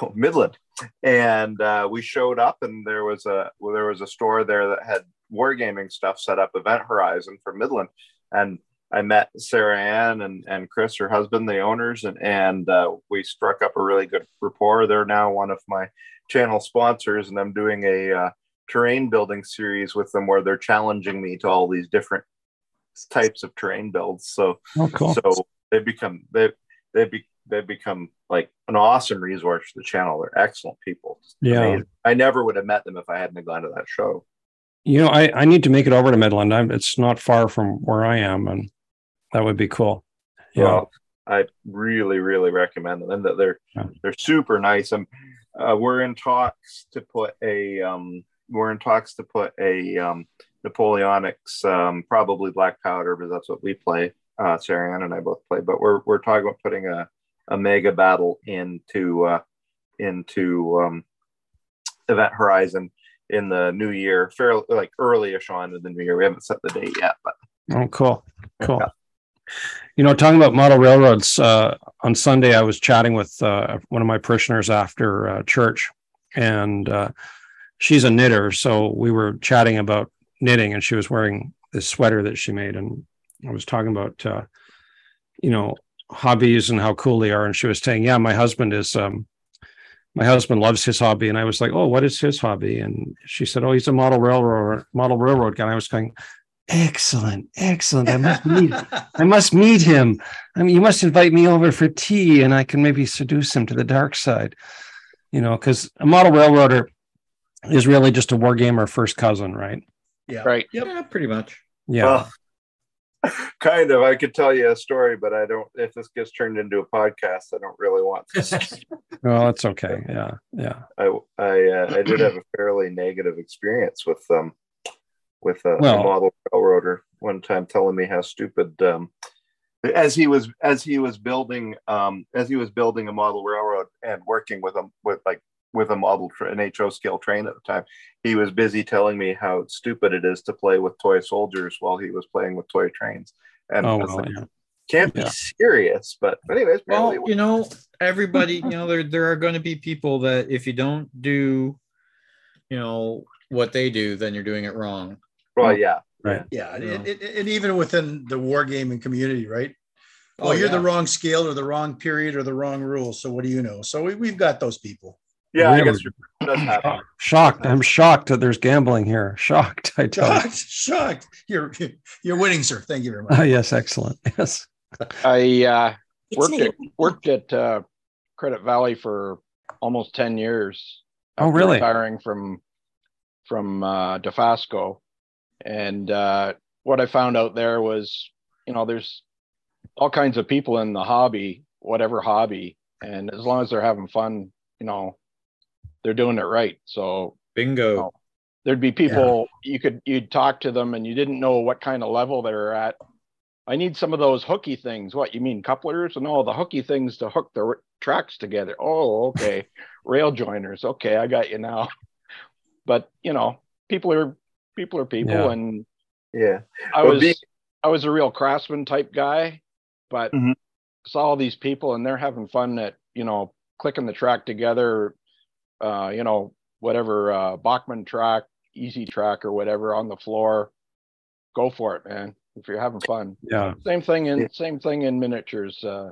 oh, Midland, and uh, we showed up, and there was a well, there was a store there that had wargaming stuff set up, Event Horizon for Midland, and I met Sarah Ann and, and Chris, her husband, the owners, and, and uh, we struck up a really good rapport. They're now one of my channel sponsors, and I'm doing a uh, terrain building series with them where they're challenging me to all these different types of terrain builds. So Oh, cool. so they become they they be they become like an awesome resource for the channel. They're excellent people. Yeah. Amazing. I never would have met them if I hadn't gone to that show. You know, I, I need to make it over to Midland. I'm, it's not far from where I am, and that would be cool. Yeah. Well, I really, really recommend them, and that they're Yeah. they're super nice. And uh, we're in talks to put a um, we're in talks to put a um, Napoleonics, um, probably black powder, because that's what we play. Uh, Sarah Ann and I both play, but we're we're talking about putting a, a mega battle into uh, into um, Event Horizon in the new year, fairly like early-ish on in the new year. We haven't set the date yet, but Oh, cool. Cool. You know, talking about model railroads, uh, on Sunday, I was chatting with uh, one of my parishioners after uh, church, and uh, she's a knitter. So we were chatting about knitting, and she was wearing this sweater that she made. And I was talking about, uh, you know, hobbies and how cool they are. And she was saying, Yeah, my husband is, um, my husband loves his hobby. And I was like, Oh, what is his hobby? And she said, Oh, he's a model railroad, model railroad guy. And I was going, Excellent, excellent. I must meet I must meet him. I mean, you must invite me over for tea, and I can maybe seduce him to the dark side. You know, because a model railroader is really just a war gamer first cousin, right? Yeah. Right. Yeah, pretty much. Yeah. Well, [laughs] kind of. I could tell you a story, but I don't. If this gets turned into a podcast, I don't really want this. well, that's okay. Yeah, yeah. I I, uh, I did [clears throat] have a fairly negative experience with um with a, Well- a model railroader one time telling me how stupid um as he was as he was building um as he was building a model railroad and working with him with like with a model tra- an HO scale train at the time he was busy telling me how stupid it is to play with toy soldiers while he was playing with toy trains and Oh I was well, like, yeah. can't yeah. be serious but anyways Well, apparently it you know, everybody, you know, there there are going to be people that if you don't do, you know, what they do, then you're doing it wrong. was- well yeah Yeah, and, You know. and- and- and even within the wargaming community, right? Well, Oh, you're the yeah. wrong scale or the wrong period or the wrong rule. So what do you know? So we, we've got those people. yeah I Really? guess it does happen shocked. I'm shocked that there's gambling here. Shocked, [laughs] I tell you. [laughs] Shocked, shocked. You're you're winning, sir. Thank you very [laughs] Ah, much. yes, excellent. Yes. I uh, worked at worked at uh, Credit Valley for almost ten years. Oh, after really? Retiring from from uh, DeFasco, and uh, what I found out there was, you know, there's all kinds of people in the hobby, whatever hobby, and as long as they're having fun, you know, they're doing it right. So Bingo. Oh. there'd be people you could you'd talk to them and you didn't know what kind of level they were at i need some of those hooky things what you mean couplers and all the hooky things to hook the r- tracks together oh okay rail joiners okay i got you now but you know people are people are people Yeah. and yeah i Well, was being- i was a real craftsman type guy but Mm-hmm. Mhm. saw all these people and they're having fun at you know clicking the track together uh you know whatever uh bachman track easy track or whatever on the floor go for it man if you're having fun Yeah. same thing in Yeah. same thing in miniatures uh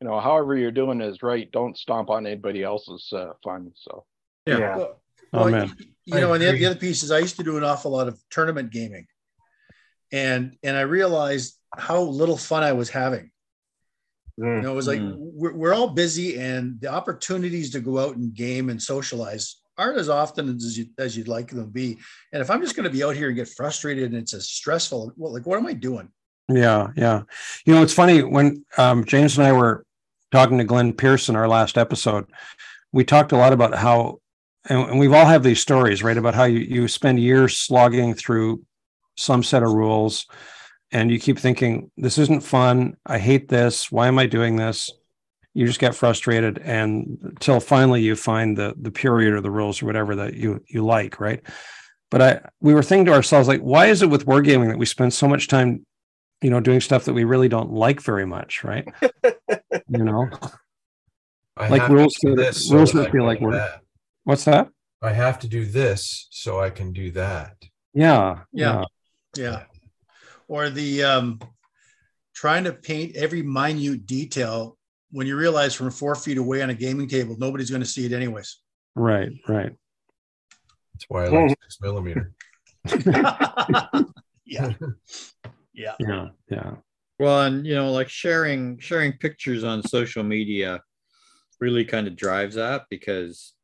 you know however you're doing is right don't stomp on anybody else's uh, fun so Yeah. Well, Oh well, man. y- You I know, and the, the agree. other piece is I used to do an awful lot of tournament gaming, and and I realized how little fun I was having. Mm. You know, it was like Mm. we're, we're all busy, and the opportunities to go out and game and socialize aren't as often as, you, as you'd like them to be. And if I'm just going to be out here and get frustrated and it's as stressful, well, like what am I doing? Yeah, yeah. You know, it's funny when um, James and I were talking to Glenn Pearson our last episode. We talked a lot about how, and, and we've all have these stories, right? About how you you spend years slogging through some set of rules, and you keep thinking this isn't fun. I hate this. Why am I doing this? You just get frustrated, and until finally you find the the period or the rules or whatever that you you like, right? But I we were thinking to ourselves like, why is it with wargaming that we spend so much time you know, doing stuff that we really don't like very much, right? you know, I Like have to rules do that- this rules so that I feel can like do work. that. what's that? I have to do this so I can do that. Yeah, Yeah. Yeah. Or the um, trying to paint every minute detail when you realize from four feet away on a gaming table, nobody's going to see it anyways. right, right. It's That's why I like six millimeter. yeah. Yeah. Yeah. Yeah. Well, and you know, like sharing sharing pictures on social media really kind of drives that because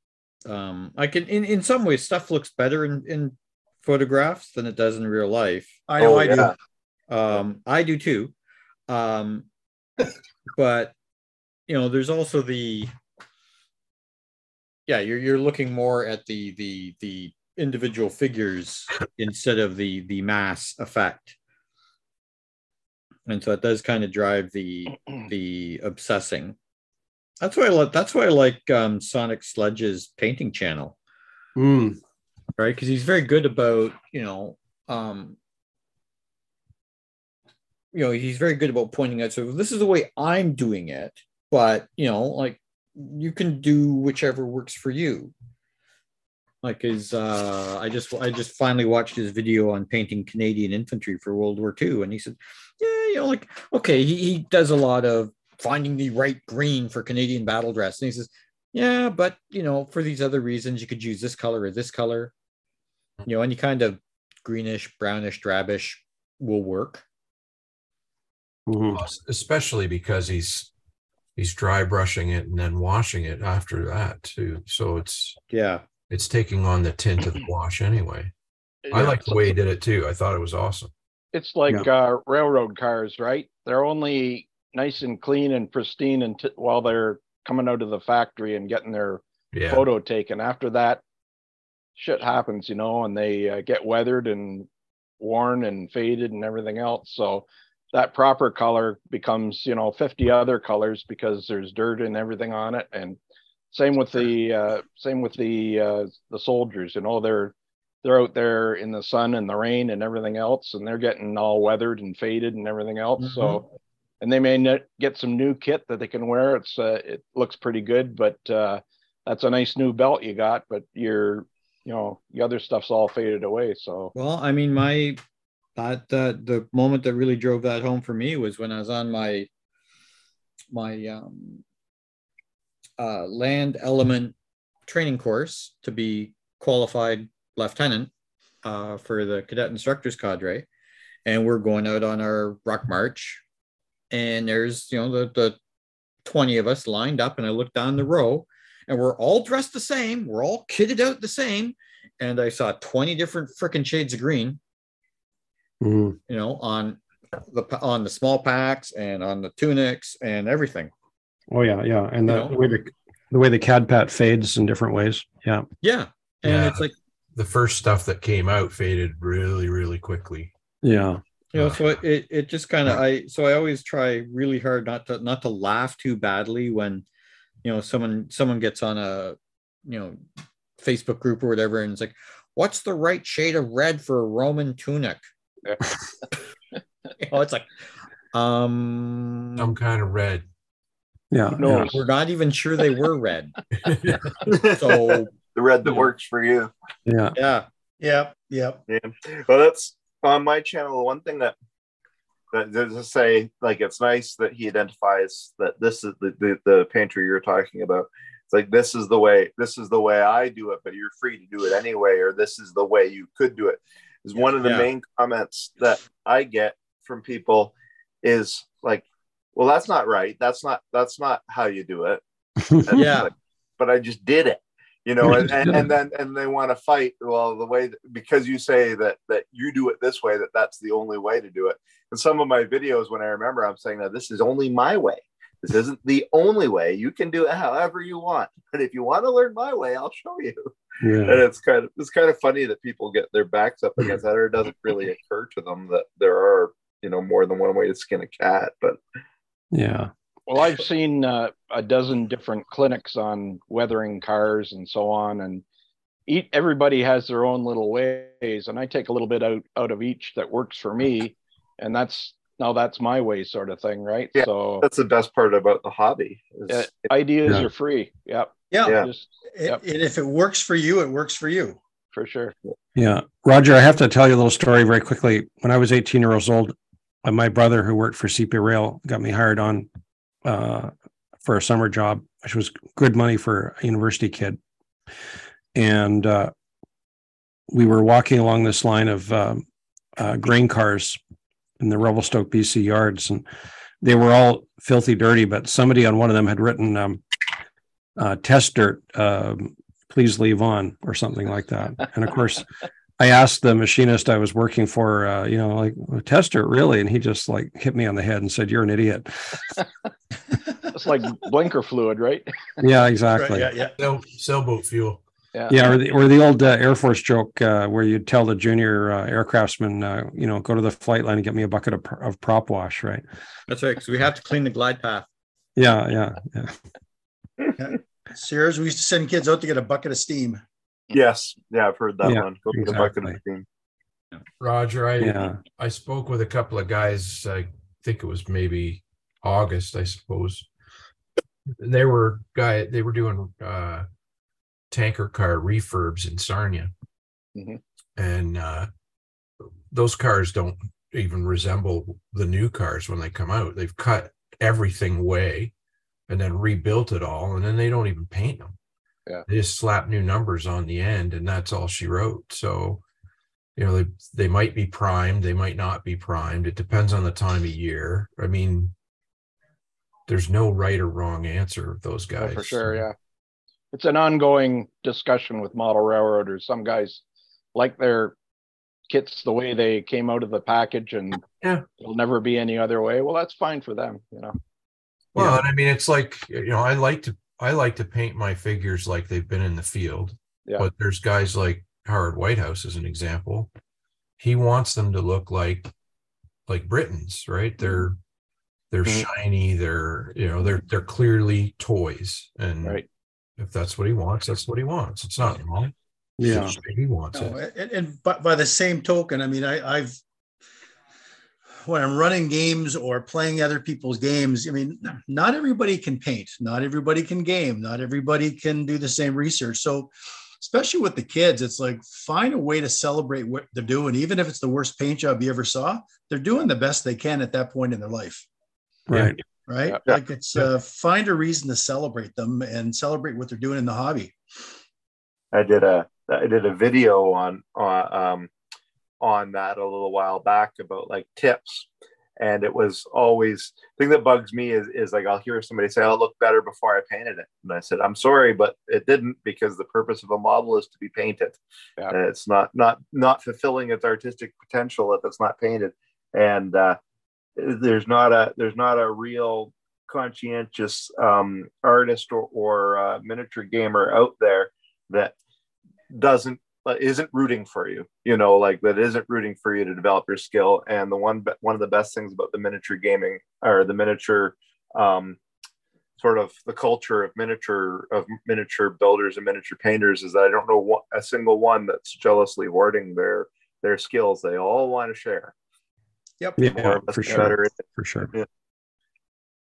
um I can in, in some ways stuff looks better in, in photographs than it does in real life. I know Oh, I do. yeah. Um I do too. Um but you know, there's also the yeah, you're you're looking more at the the the individual figures instead of the the mass effect. And so it does kind of drive the the obsessing. That's why I like that's why I like um, Sonic Sledge's painting channel, Mm, right? Because he's very good about, you know, um you know, he's very good about pointing out so this is the way I'm doing it, but you know, like you can do whichever works for you. Like his uh I just I just finally watched his video on painting Canadian infantry for World War II and he said, Yeah, you know, like okay, he, he does a lot of finding the right green for Canadian battle dress. And he says, yeah, but you know, for these other reasons, you could use this color or this color, you know, any kind of greenish, brownish, drabish will work. mhm. especially because he's he's dry brushing it and then washing it after that too. So it's Yeah. it's taking on the tint of the wash anyway. I Yeah, like the so way he did it too. I thought it was awesome. It's like uh, railroad cars, right? They're only nice and clean and pristine and while they're coming out of the factory and getting their Yeah. photo taken. After that, shit happens, you know, and they uh, get weathered and worn and faded and everything else. So that proper color becomes, you know, 50 other colors because there's dirt and everything on it. And same with the uh, same with the uh, the soldiers, you know, they're they're out there in the sun and the rain and everything else, and they're getting all weathered and faded and everything else. So, and they may not get some new kit that they can wear. It's uh, it looks pretty good, but uh, that's a nice new belt you got, but your you know the other stuff's all faded away. So Well, I mean, my that that the moment that really drove that home for me was when I was on my my um, uh, land element training course to be qualified lieutenant uh, for the cadet instructors cadre, and we're going out on our rock march, and there's you know the the twenty of us lined up, and I looked down the row, and we're all dressed the same, we're all kitted out the same, and I saw 20 different freaking shades of green, Mhm. you know, on the on the small packs and on the tunics and everything. Oh yeah, yeah. And the, You know? the way the the way the cadpat fades in different ways. Yeah. Yeah. And Yeah. it's like, The first stuff that came out faded really, really quickly. Yeah. you know, so it it, it just kind of I so I always try really hard not to not to laugh too badly when you know someone someone gets on a you know Facebook group or whatever and it's like, what's the right shade of red for a Roman tunic? Yeah. oh, it's like um Some kind of red. [laughs] Yeah. who yeah. knows? we're not even sure they were red. So [laughs] the red that works for you. Yeah. yeah, Yep. Yep. well that's on my channel the one thing that that does to say like it's nice that he identifies that this is the, the the pantry you're talking about it's like this is the way this is the way i do it but you're free to do it anyway or this is the way you could do it is one of the Yeah. main comments that i get from people is like well that's not right that's not that's not how you do it And Yeah. like, but i just did it you know and, and, and then and they want to fight well the way that, because you say that that you do it this way that that's the only way to do it and some of my videos when i remember i'm saying that this is only my way this isn't the only way you can do it however you want but if you want to learn my way i'll show you [laughs] Yeah. and it's kind of it's kind of funny that people get their backs up against that or it doesn't really occur to them that there are you know more than one way to skin a cat but Yeah. well, I've seen uh, a dozen different clinics on weathering cars and so on, and each, everybody has their own little ways, and I take a little bit out out of each that works for me, and that's now that's my way sort of thing, right? Yeah, so that's the best part about the hobby is uh, ideas Yeah. are free. Yep. Yeah. Yeah. Just It- Yep. And if it works for you, it works for you. for sure. Yeah. Roger, I have to tell you a little story very quickly. When I was 18 years old, uh, my brother who worked for CP Rail got me hired on uh, for a summer job, which was good money for a university kid. And uh, we were walking along this line of um, uh, grain cars in the Revelstoke, BC yards, and they were all filthy dirty. But somebody on one of them had written um, uh, "test dirt, um, please leave on" or something like that. And of course, I asked the machinist I was working for, uh, you know, like "test dirt, really?" And he just like hit me on the head and said, "You're an [laughs] idiot." It's like blinker fluid, right? [laughs] yeah, exactly. Right, yeah, yeah. Sail- sailboat fuel. Yeah, or the, or the old uh, Air Force joke uh, where you'd tell the junior uh, aircraftsman, uh, you know, go to the flight line and get me a bucket of, pr- of prop wash, right? That's right. Because we have to clean the glide path. Yeah, yeah, yeah. Sears, we used to send kids out to get a bucket of steam. Yes. Yeah, I've heard that Yeah, one. Go to the bucket exactly. of steam. Roger, I Yeah. I spoke with a couple of guys. I think it was maybe August, I suppose. They were guy. They were doing uh, tanker car refurbs in Sarnia, Mhm. and uh, those cars don't even resemble the new cars when they come out. They've cut everything away, and then rebuilt it all, and then they don't even paint them. Yeah. They just slap new numbers on the end, and that's all she wrote. So you know, they, they might be primed, they might not be primed. It depends on the time of year. I mean, there's no right or wrong answer of those Oh, guys. for sure. Yeah. It's an ongoing discussion with model railroaders. Some guys like their kits the way they came out of the package and Yeah. it'll never be any other way. Well, that's fine for them, you know. Well, and I mean, it's like you know, I like to I like to paint my figures like they've been in the field. Yeah. But there's guys like Howard Whitehouse as an example. He wants them to look like like Britons, right? They're Mm-hmm. they're Mhm. shiny. They're you know they're they're clearly toys, Mm. and Right. if that's what he wants, that's what he wants. It's not wrong. It's Yeah. just He wants it. No, and, and by, by the same token, I mean, I, I've when I'm running games or playing other people's games, I mean, not everybody can paint, not everybody can game, not everybody can do the same research. So, especially with the kids, it's like find a way to celebrate what they're doing, even if it's the worst paint job you ever saw. They're doing the best they can at that point in their life, Right. right? Yeah. Like it's uh, find a reason to celebrate them and celebrate what they're doing in the hobby. I did a I did a video on on um, on that a little while back about like tips, and it was always the thing that bugs me is is like I'll hear somebody say I'll look better before I painted it, and I said I'm sorry, but it didn't because the purpose of a model is to be painted, Yeah. and it's not not not fulfilling its artistic potential if it's not painted, and uh, there's not a there's not a real conscientious um, artist or, or uh, miniature gamer out there that doesn't uh, isn't rooting for you you know like that isn't rooting for you to develop your skill and the one be- one of the best things about the miniature gaming or the miniature um sort of the culture of miniature of miniature builders and miniature painters is that i don't know what, a single one that's jealously hoarding their their skills they all want to share Yep. Yeah, More of us, for the sure. better it is. For sure. Yeah.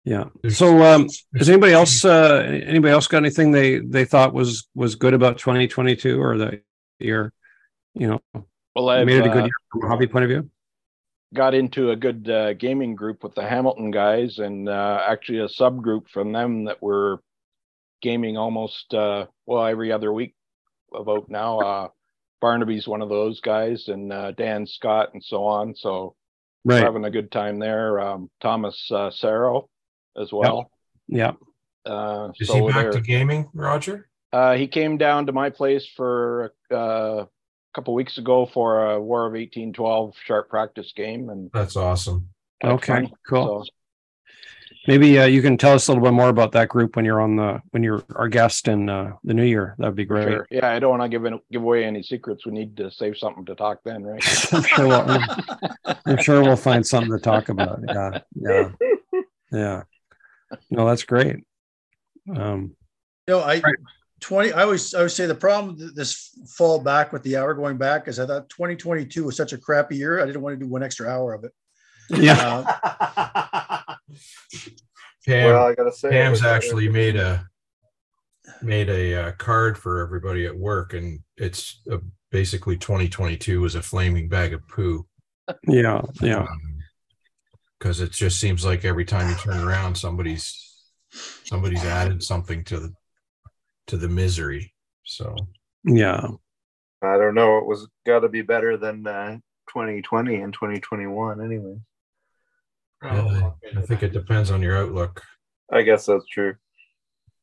Yeah. So, um, has anybody else? Uh, anybody else got anything they they thought was was good about 2022 or the year? You know, Well, I've made it a good uh, year from a hobby point of view. got into a good uh, gaming group with the Hamilton guys and uh, actually a subgroup from them that were gaming almost, uh, well, every other week about now. Uh, Barnaby's one of those guys and uh, Dan Scott and so on. So, Right. having a good time there. Um, Thomas uh, Sarrow as well. yeah. Uh, Is so he back there, to gaming, Roger? uh, he came down to my place for uh, a couple weeks ago for a War of eighteen twelve sharp practice game, and That's awesome. had Okay. fun. Cool. So, Maybe uh, you can tell us a little bit more about that group when you're on the when you're our guest in uh, the new year. That'd be great. sure. Yeah, I don't want to give in, give away any secrets. We need to save something to talk [laughs] then, right? [laughs] I'm sure we'll, [laughs] I'm sure we'll find something to talk about. Yeah, yeah, yeah. No, that's great. Um, No, I twenty. I always I always say the problem th- this fall back with the hour going back is I thought twenty twenty two was such a crappy year. I didn't want to do one extra hour of it. yeah, Uh, Pam, well i gotta say it Pam's was- uh, actually made a made a uh, card for everybody at work, and it's uh, basically 2022 was a flaming bag of poo. yeah, yeah. Because it just seems like every time you turn around, somebody's somebody's added something to the to the misery. So Yeah. I don't know. It was got to be better than uh, 2020 and 2021, anyway. Oh, Oh, Really? I think it depends on your outlook. I guess that's [laughs] true.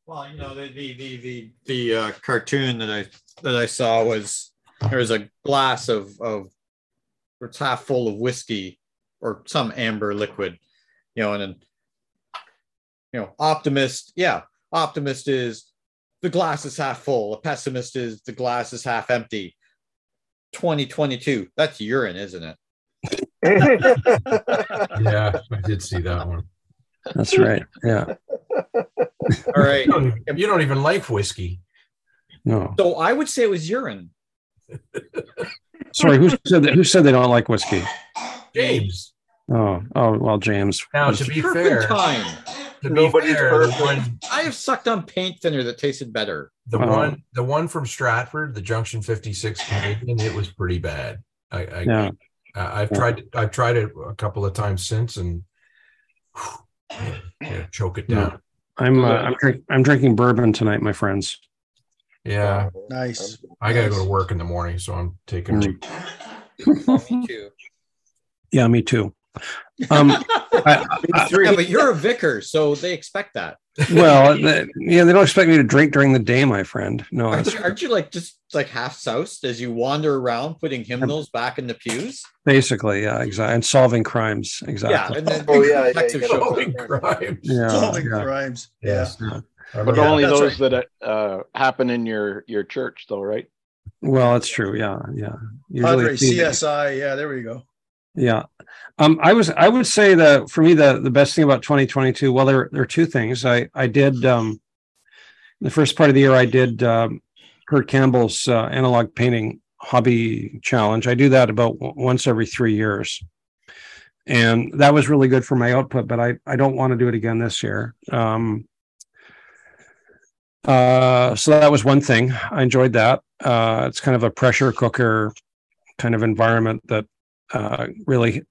Well, you know, the the the the, the uh, cartoon that I that I saw was there was a glass of of it's half full of whiskey or some amber liquid, you know, and then you know, optimist, yeah, optimist is the glass is half full. A pessimist is the glass is half empty. 2022, that's urine, isn't it? Yeah, I did see that one. That's right. Yeah. All right. [laughs] You don't, e, you don't even like whiskey. No. So I would say it was urine. Sorry, who said that? Who said they don't like whiskey? James. Oh, oh, well, James. Now, to be fair, to Turpentine. be Nobody's fair, the perfect. one, I have sucked on paint thinner that tasted better. the Wow. one, the one from Stratford, the Junction Fifty Six Canadian, it was pretty bad. I, I, Yeah. I I've tried, I've tried it a couple of times since, and yeah, yeah, choke it down. I'm uh, I'm, drink, I'm drinking bourbon tonight, my friends. Yeah, Nice. I gotta go to work in the morning, so I'm taking. Mm. [laughs] Oh, me too. Yeah, me too. [laughs] Um, I, I- Yeah, but you're a vicar, so they expect that. well, [laughs] the, yeah, they don't expect me to drink during the day, my friend. No, Aren't that's, you, aren't you like just like half soused as you wander around putting hymnals back in the pews? basically, yeah, exactly. And solving crimes, Yeah, exactly. and then Oh, yeah, yeah, Next yeah. of show. Holy crimes. Yeah, Solving Oh, yeah, crimes. Yeah. Yes. yeah. I But remember only that's those that uh, happen in your your church, though, right? Well, that's true. Yeah, yeah. Padre it's either- CSI. Yeah, there we go. Yeah. Um, I was I would say that for me the the best thing about 2022, well, there there are two things. I I did um the first part of the year I did um Kurt Campbell's uh, analog painting hobby challenge. I do that about w- once every three years. And that was really good for my output, but I, I don't want to do it again this year. Um, uh, so that was one thing. I enjoyed that. Uh, it's kind of a pressure cooker kind of environment that uh, really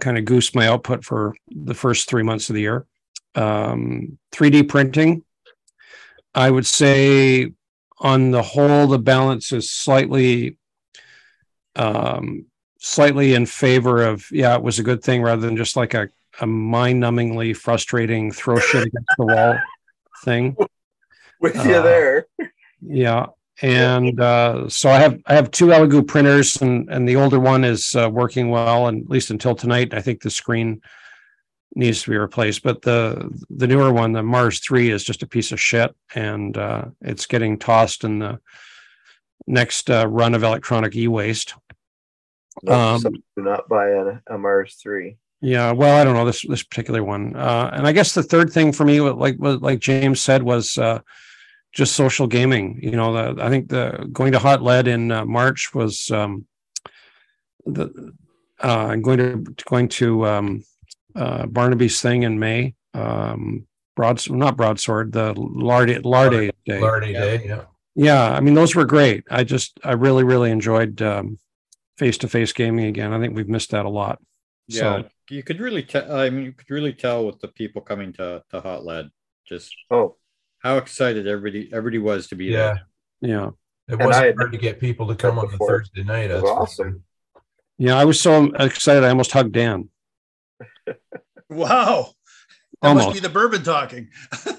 kind of goosed my output for the first three months of the year. Um, 3D printing, I would say on the whole, the balance is slightly, um, slightly in favor of, yeah, it was a good thing rather than just like a, a mind numbingly frustrating throw shit against the wall thing. With Uh, you there. Yeah. And uh, so I have I have two Elegoo printers, and and the older one is uh, working well, and at least until tonight, I think the screen needs to be replaced. But the the newer one, the Mars Three, is just a piece of shit, and uh, it's getting tossed in the next uh, run of electronic e waste. No, um, some do not buy an MRS3. Yeah, well, I don't know this this particular one, uh, and I guess the third thing for me, what- like what, like James said, was uh, just social gaming. You know, the, I think the going to Hot Lead in uh, March was um, the uh, and going to going to um, uh, Barnaby's thing in May. Um, broad, not broadsword, the Lardy Lardy day. Lardy Yeah. Day. eh? Yeah. Yeah, I mean those were great. I just I really really enjoyed face to face gaming again. I think we've missed that a lot. Yeah, So- you could really tell. I mean, you could really tell with the people coming to to Hot Lead just Oh, how excited everybody everybody was to be Yeah. there. Yeah. It And I wasn't had hard to get people to come on the before. Thursday night. It was that's for awesome. sure. Yeah, I was so excited. I almost hugged Dan. Wow. That must be Almost. the bourbon talking.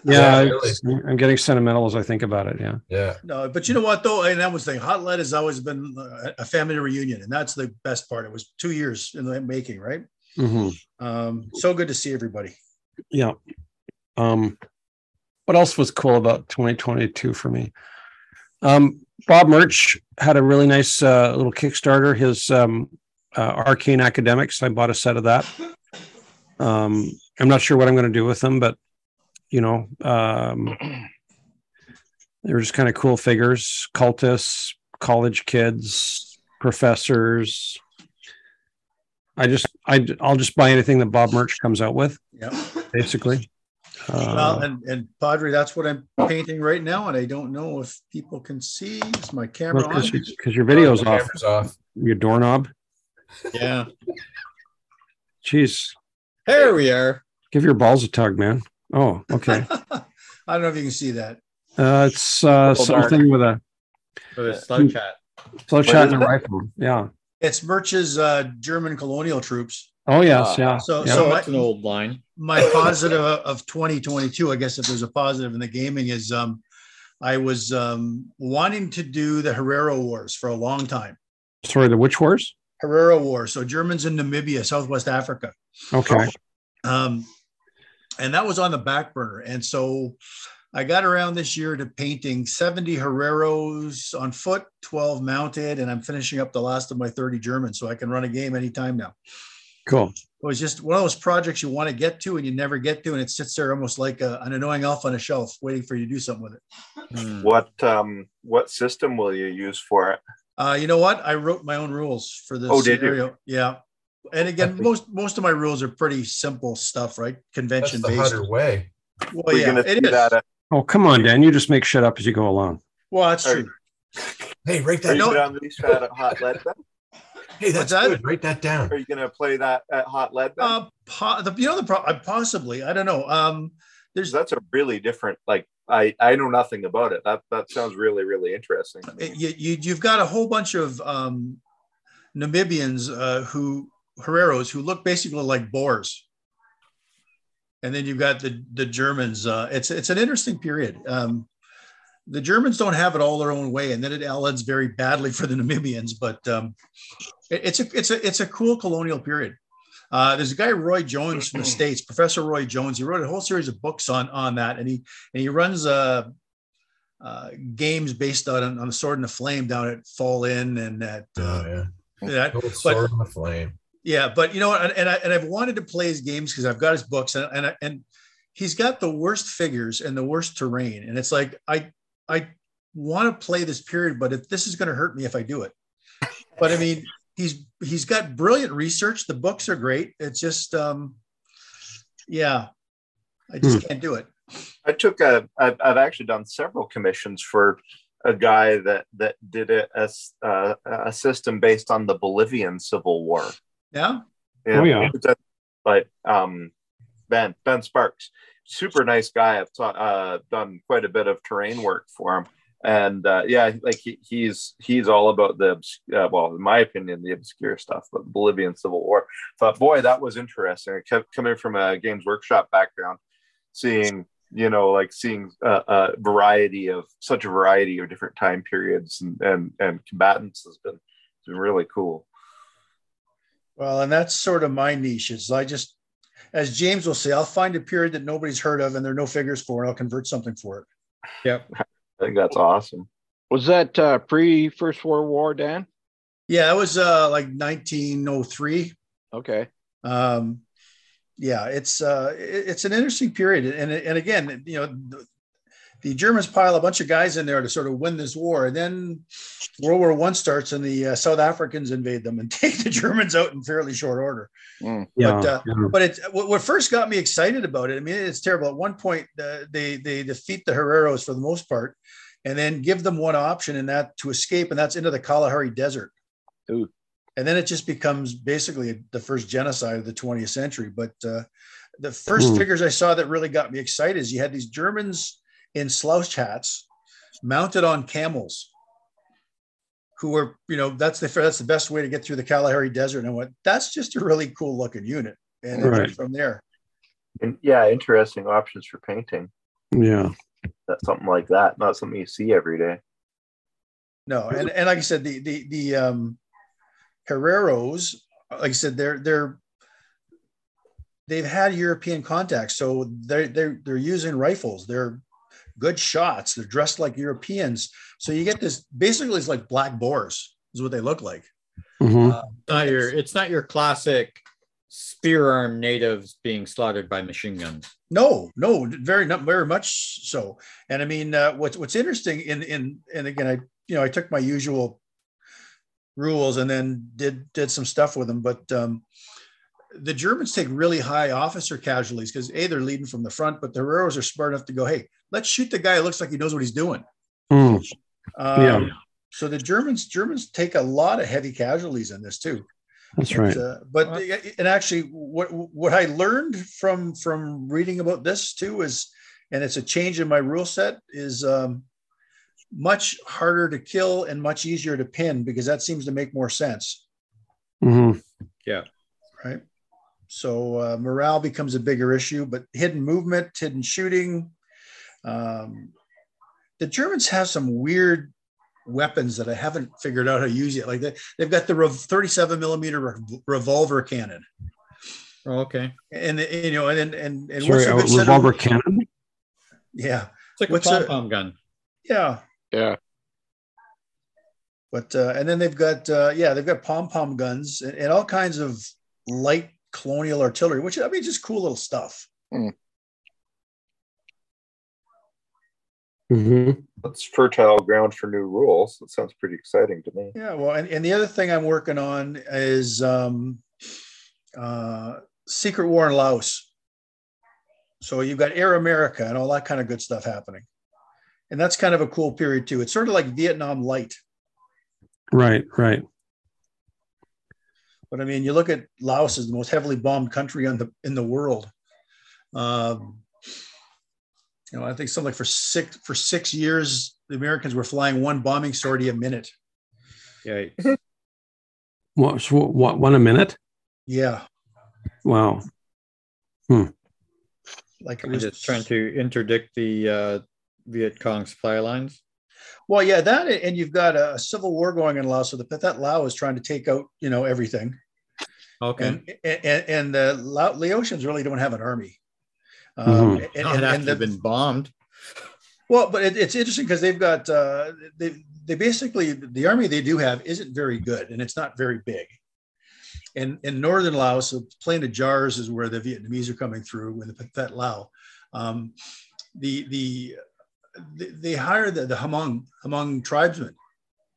Yeah, Yeah, it's- I'm getting sentimental as I think about it. Yeah. Yeah. No, but you know what though, and that was the thing. Hot lead has always been uh, a family reunion, and that's the best part. It was two years in the making, right? hmm Um, so good to see everybody. Yeah. Um, what else was cool about 2022 for me? Um, Bob Murch had a really nice uh, little Kickstarter. His um, uh, Arcane Academics. I bought a set of that. Um, I'm not sure what I'm going to do with them, but you know, um, they were just kind of cool figures: cultists, college kids, professors. I just, I, I'll just buy anything that Bob Murch comes out with Yeah. basically. Uh, well, and and Padre, that's what I'm painting right now, and I don't know if people can see. Is my camera on? because your video's off, Camera's off. your doorknob. [laughs] Yeah, Jeez, there we are. give your balls a tug, man. Oh, [laughs] okay. I don't know if you can see that. Uh, it's uh, Little dark. something with a For the slut chat. Slow shot and a rifle. Yeah. It's Murch's uh, German colonial troops. Oh yes, yeah. Uh, So, yeah. so So my- that's an old line. my positive [laughs] of 2022 i guess if there's a positive in the gaming is um i was um wanting to do the herero wars for a long time Sorry, the witch wars. herero wars so germans in namibia southwest africa Okay. um and that was on the back burner and so i got around this year to painting 70 hereros on foot 12 mounted and i'm finishing up the last of my 30 germans so i can run a game anytime now Cool. it was just one of those projects you want to get to and you never get to, and it sits there almost like a, an annoying elf on a shelf, waiting for you to do something with it. Hmm. What um what system will you use for it? Uh, you know what? I wrote my own rules for this Oh, did you? scenario. Yeah, and again, most most of my rules are pretty simple stuff, right? That's Convention the based. Hutter way. Well, We're yeah, gonna it see is. that uh, at- Oh come on, Dan. You just make shit up as you go along. well, that's Are true. Hey, write Are that. you know- down. going to unleash that at Hot Lead then? Hey, that's What's that? good. Write that down. Are you going to play that at Hot Lead then? Uh, po- the, you know the pro- uh, possibly. I don't know. Um, there's 'Cause that's a really different. Like I I know nothing about it. That that sounds really really interesting. it- you, you you've got a whole bunch of um, Namibians uh, who Hereros who look basically like boars, and then you've got the the Germans. Uh, it's it's an interesting period. Um, the Germans don't have it all their own way, and then it all ends very badly for the Namibians. But um, it- it's a it's a it's a cool colonial period. Uh, there's a guy Roy Jones from the states, Professor Roy Jones. He wrote a whole series of books on on that, and he and he runs a uh, games based on on the Sword and the Flame down at Fall Inn and at Oh, uh, yeah. that. Old sword in the flame. Yeah, but you know, what, and, and I and I've wanted to play his games because I've got his books and and I- and he's got the worst figures and the worst terrain, and it's like I I want to play this period, but if this is going to hurt me if I do it, but I mean he's he's got brilliant research. The books are great. It's just um, yeah, I just can't do it. I took a. I've, I've actually done several commissions for a guy that that did a a s- uh, a system based on the Bolivian Civil War. Yeah, Oh, yeah. But um, Ben Ben Sparks, super nice guy. I've taught, uh, done quite a bit of terrain work for him, and uh, yeah, like he, he's he's all about the obs- uh, well, in my opinion, the obscure stuff, but Bolivian Civil War. But boy, that was interesting. I kept coming from a Games Workshop background, seeing you know like seeing uh, a variety of such a variety of different time periods and and, and combatants has been it's been really cool. Well, and that's sort of my niche is I just, as James will say, I'll find a period that nobody's heard of and there are no figures for, and I'll convert something for it. Yep. I think that's awesome. Was that uh, pre First World War, Dan? Yeah, it was uh, like 1903. Okay. Um, yeah, it's uh, it- it's an interesting period, and and again, you know, the, the Germans pile a bunch of guys in there to sort of win this war, and then World War One starts, and the uh, South Africans invade them and [laughs] take the Germans out in fairly short order. Yeah. uh, yeah. but it's what, what first got me excited about it. I mean, it's terrible. At one point, uh, they they defeat the Herreros for the most part, and then give them one option, and that to escape, and that's into the Kalahari Desert. Ooh. And then it just becomes basically the first genocide of the 20th century. But uh, the first Hmm. figures I saw that really got me excited is you had these Germans in slouch hats, mounted on camels. Who were, you know, that's the that's the best way to get through the Kalahari Desert. And I went, that's just a really cool looking unit and then Right. from there. And yeah, interesting options for painting. Yeah. That's something like that. Not something you see every day. No, and, and like I said, the the the um Herreros, like I said, they're they're they've had European contacts, so they're they're they're using rifles. They're good shots. They're dressed like Europeans, so you get this basically it's like black boars is what they look like. Mhm. Not your. It's not your classic spear arm natives being slaughtered by machine guns. No, no, very not very much so. And I mean, uh, what's what's interesting in in and again, I you know I took my usual rules and then did did some stuff with them, but um, the Germans take really high officer casualties because a they're leading from the front, but the Herreros are smart enough to go, hey, let's shoot the guy who looks like he knows what he's doing. Mm. Um, Yeah. So the Germans Germans take a lot of heavy casualties in this too. That's right. But, uh, but the- and actually, what what I learned from from reading about this too is, and it's a change in my rule set is, um, much harder to kill and much easier to pin because that seems to make more sense, uh, Mhm. right? So uh, morale becomes a bigger issue, but hidden movement, hidden shooting. Um, the Germans have some weird weapons that I haven't figured out how to use yet. Like they, they've got the rev- 37 millimeter rev- revolver cannon, Oh, okay. and you know, and and and Sorry, what's a a good set of- revolver cannon. Yeah, It's like What's a a- pom pom gun. yeah. Yeah. But uh, and then they've got uh, yeah they've got pom pom guns and, and all kinds of light colonial artillery, which I mean just cool little stuff. Mhm. That's fertile ground for new rules. That sounds pretty exciting to me. Yeah, well, and, and the other thing I'm working on is um, uh, Secret War in Laos. So you've got Air America and all that kind of good stuff happening, and that's kind of a cool period too. It's sort of like Vietnam light. Right, right. But I mean, you look at Laos as the most heavily bombed country on the in the world. Um, you know, I think something like for six for six years, the Americans were flying one bombing sortie a minute. Yeah. [laughs] What, so what, one a minute? Yeah, Wow. like it We're was just trying to interdict the uh, Viet Cong supply lines. Well, yeah, that and you've got a civil war going in Laos, so the that Lao is trying to take out you know everything, Okay. and and, and, and the Lao, Laotians really don't have an army. Um, Mhm. and- And, and- and the- have been bombed. Well, but it, it's interesting because they've got uh, they they basically the army they do have isn't very good and it's not very big. And in northern Laos, the plain of jars is where the Vietnamese are coming through with the Pathet Lao. Um, the the they- they hire the, the Hmong Hmong tribesmen,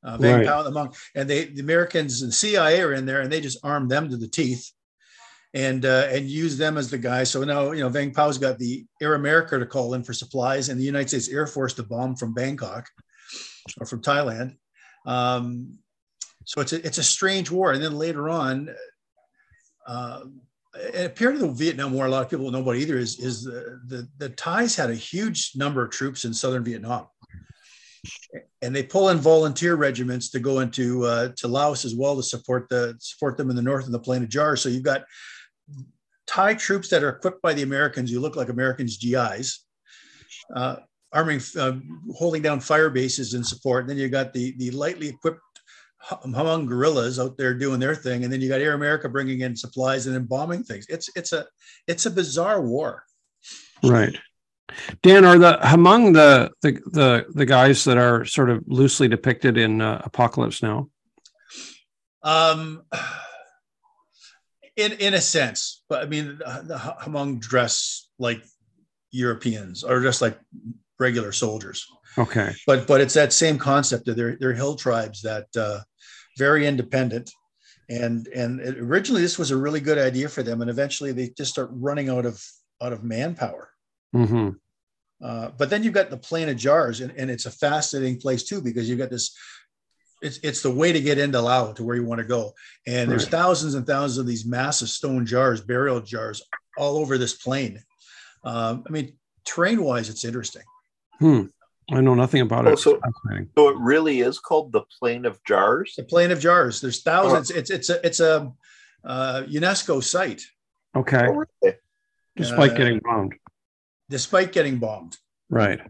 uh, Vang Right. Pao, the Hmong, and they the Americans and CIA are in there and they just arm them to the teeth. And, uh, and use them as the guy. So now, you know, Vang Pao's got the Air America to call in for supplies and the United States Air Force to bomb from Bangkok or from Thailand. Um, so it's a, it's a strange war. And then later on, uh, and appear to the Vietnam War, a lot of people don't know about either, is, is the, the, the Thais had a huge number of troops in southern Vietnam. And they pull in volunteer regiments to go into uh, to Laos as well to support the support them in the north and the plain of jars. So you've got Thai troops that are equipped by the Americans, you look like Americans GIs, uh, arming, uh, holding down fire bases in support. And then you got the the lightly equipped Hmong Hmong guerrillas out there doing their thing, and then you got Air America bringing in supplies and then bombing things. It's it's a it's a bizarre war. Right. Dan, are the among the the the, the guys that are sort of loosely depicted in uh, Apocalypse Now? Um, [sighs] in in a sense, but I mean, the, the Hmong dress like Europeans or just like regular soldiers. Okay. but but it's that same concept of they're, they're hill tribes that uh, very independent and and it- originally this was a really good idea for them and eventually they just start running out of out of manpower hmm uh, but then you've got the plain of jars and, and it's a fascinating place too because you've got this it's, it's the way to get into Lao to where you want to go. And there's Right. thousands and thousands of these massive stone jars, burial jars all over this plain. Um, I mean, terrain wise, it's interesting. Hmm. I know nothing about Oh, it. so- Fascinating. So it really is called the Plain of Jars. The Plain of Jars. There's thousands. It's it's a it's a uh, UNESCO site, okay. Oh, really? Despite uh, getting bombed. despite getting bombed. Right.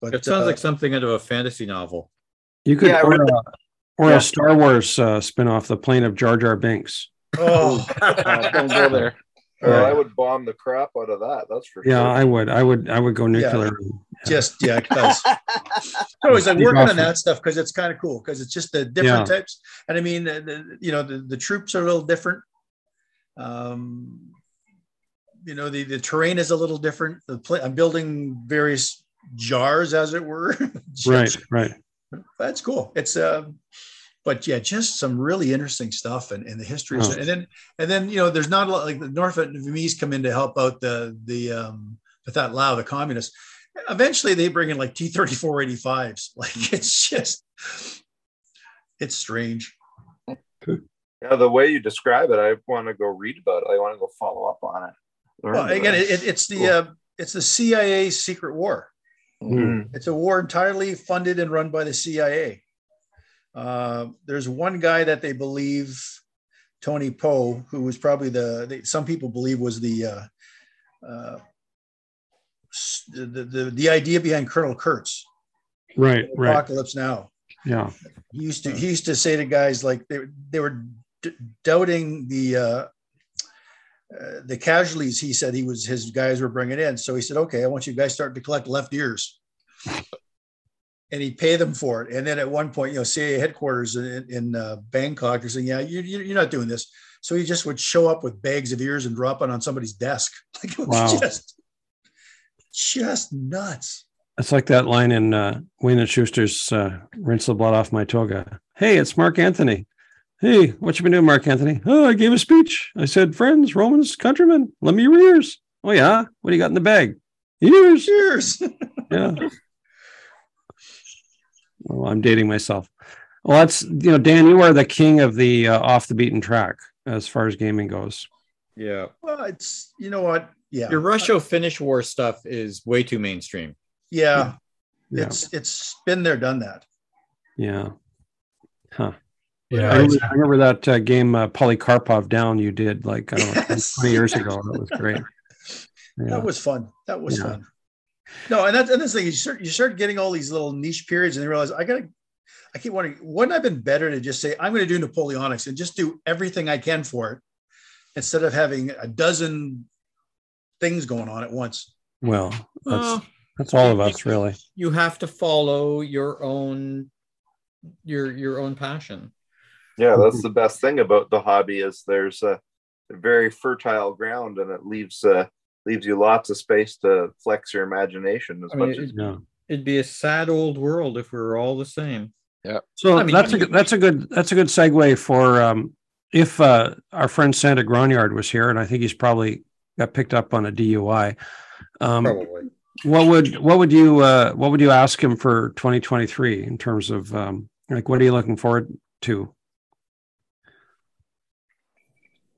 But It sounds uh, like something out of a fantasy [laughs] novel. You could Yeah, I or, read a, or Yeah. a Star Wars uh, spin-off, The Plane of Jar Jar Binks. oh, Uh, don't go there. Well, Yeah. I would bomb the crap out of that. That's for Yeah, sure. I would. I would I would go nuclear. just yeah, because I was like Steve working on Austin. that stuff because it's kind of cool because it's just the different types. And I mean, the, the, you know, the, the troops are a little different. Um, you know, the the terrain is a little different. The pla- I'm building various jars, as it were. [laughs] Right, right. that's cool. It's uh, but yeah, just some really interesting stuff and, and the history. Oh. And then and then you know, there's not a lot like the North Vietnamese come in to help out the the um that Lao, the communists. Eventually they bring in like T-3485s. [laughs] Like it's just it's strange. Yeah, the way you describe it, I want to go read about it. I want to go follow up on it. Learn Well, about again, it. it, it's the Cool. uh, it's the CIA secret war. Mm. It's a war entirely funded and run by the CIA. Uh, there's one guy that they believe, Tony Poe, who was probably the, they, some people believe was the, uh, uh, s- the, the, the idea behind Colonel Kurtz, Right, right. Apocalypse Now. Yeah. He used to, he used to say to guys like they, they were d- doubting the, uh, uh, the casualties he said he was his guys were bringing in so he said okay i want you guys starting to collect [laughs] left ears and he'd pay them for it and then at one point you know cia headquarters in, in uh, bangkok are saying yeah you, you, you're not doing this so he just would show up with bags of ears and drop it on somebody's desk [laughs] like it was Wow. just just nuts It's like that line in uh, Wayne and Schuster's uh, "Rinse the blood off my toga." Hey, it's Mark Anthony. Hey, what you been doing, Mark Anthony? Oh, I gave a speech. I said, "Friends, Romans, countrymen, lend me your ears." Oh yeah, what do you got in the bag? Ears. [laughs] ears Yeah. well, I'm dating myself. Well, that's you know, Dan, you are the king of the uh, off the beaten track as far as gaming goes. Yeah. well it's you know what yeah Your Russia Finnish war stuff is way too mainstream. yeah Yeah. it's it's been there done that Yeah. Yeah, I it's- remember, I remember that uh, game uh, Polycarpov Down you did like I don't know, Yes. 20 years ago. That was great. Yeah. That was fun. That was Yeah. fun. No, and that's and this thing you start you start getting all these little niche periods, and you realize I gotta. I keep wondering, wouldn't I have been better to just say I'm going to do Napoleonics and just do everything I can for it, instead of having a dozen things going on at once? Well, that's Well, that's all of us really. you have to follow your own your your own passion. Yeah, that's the best thing about the hobby is there's a very fertile ground and it leaves uh, leaves you lots of space to flex your imagination as I mean, much as it- Yeah. It'd be a sad old world if we were all the same. So I mean, that's a you- good, that's a good that's a good segue for um, if uh, our friend Santa Gronyard was here, and I think he's probably got picked up on a DUI. Um, Probably. what would what would you uh, what would you ask him for 2023 in terms of um, like what are you looking forward to?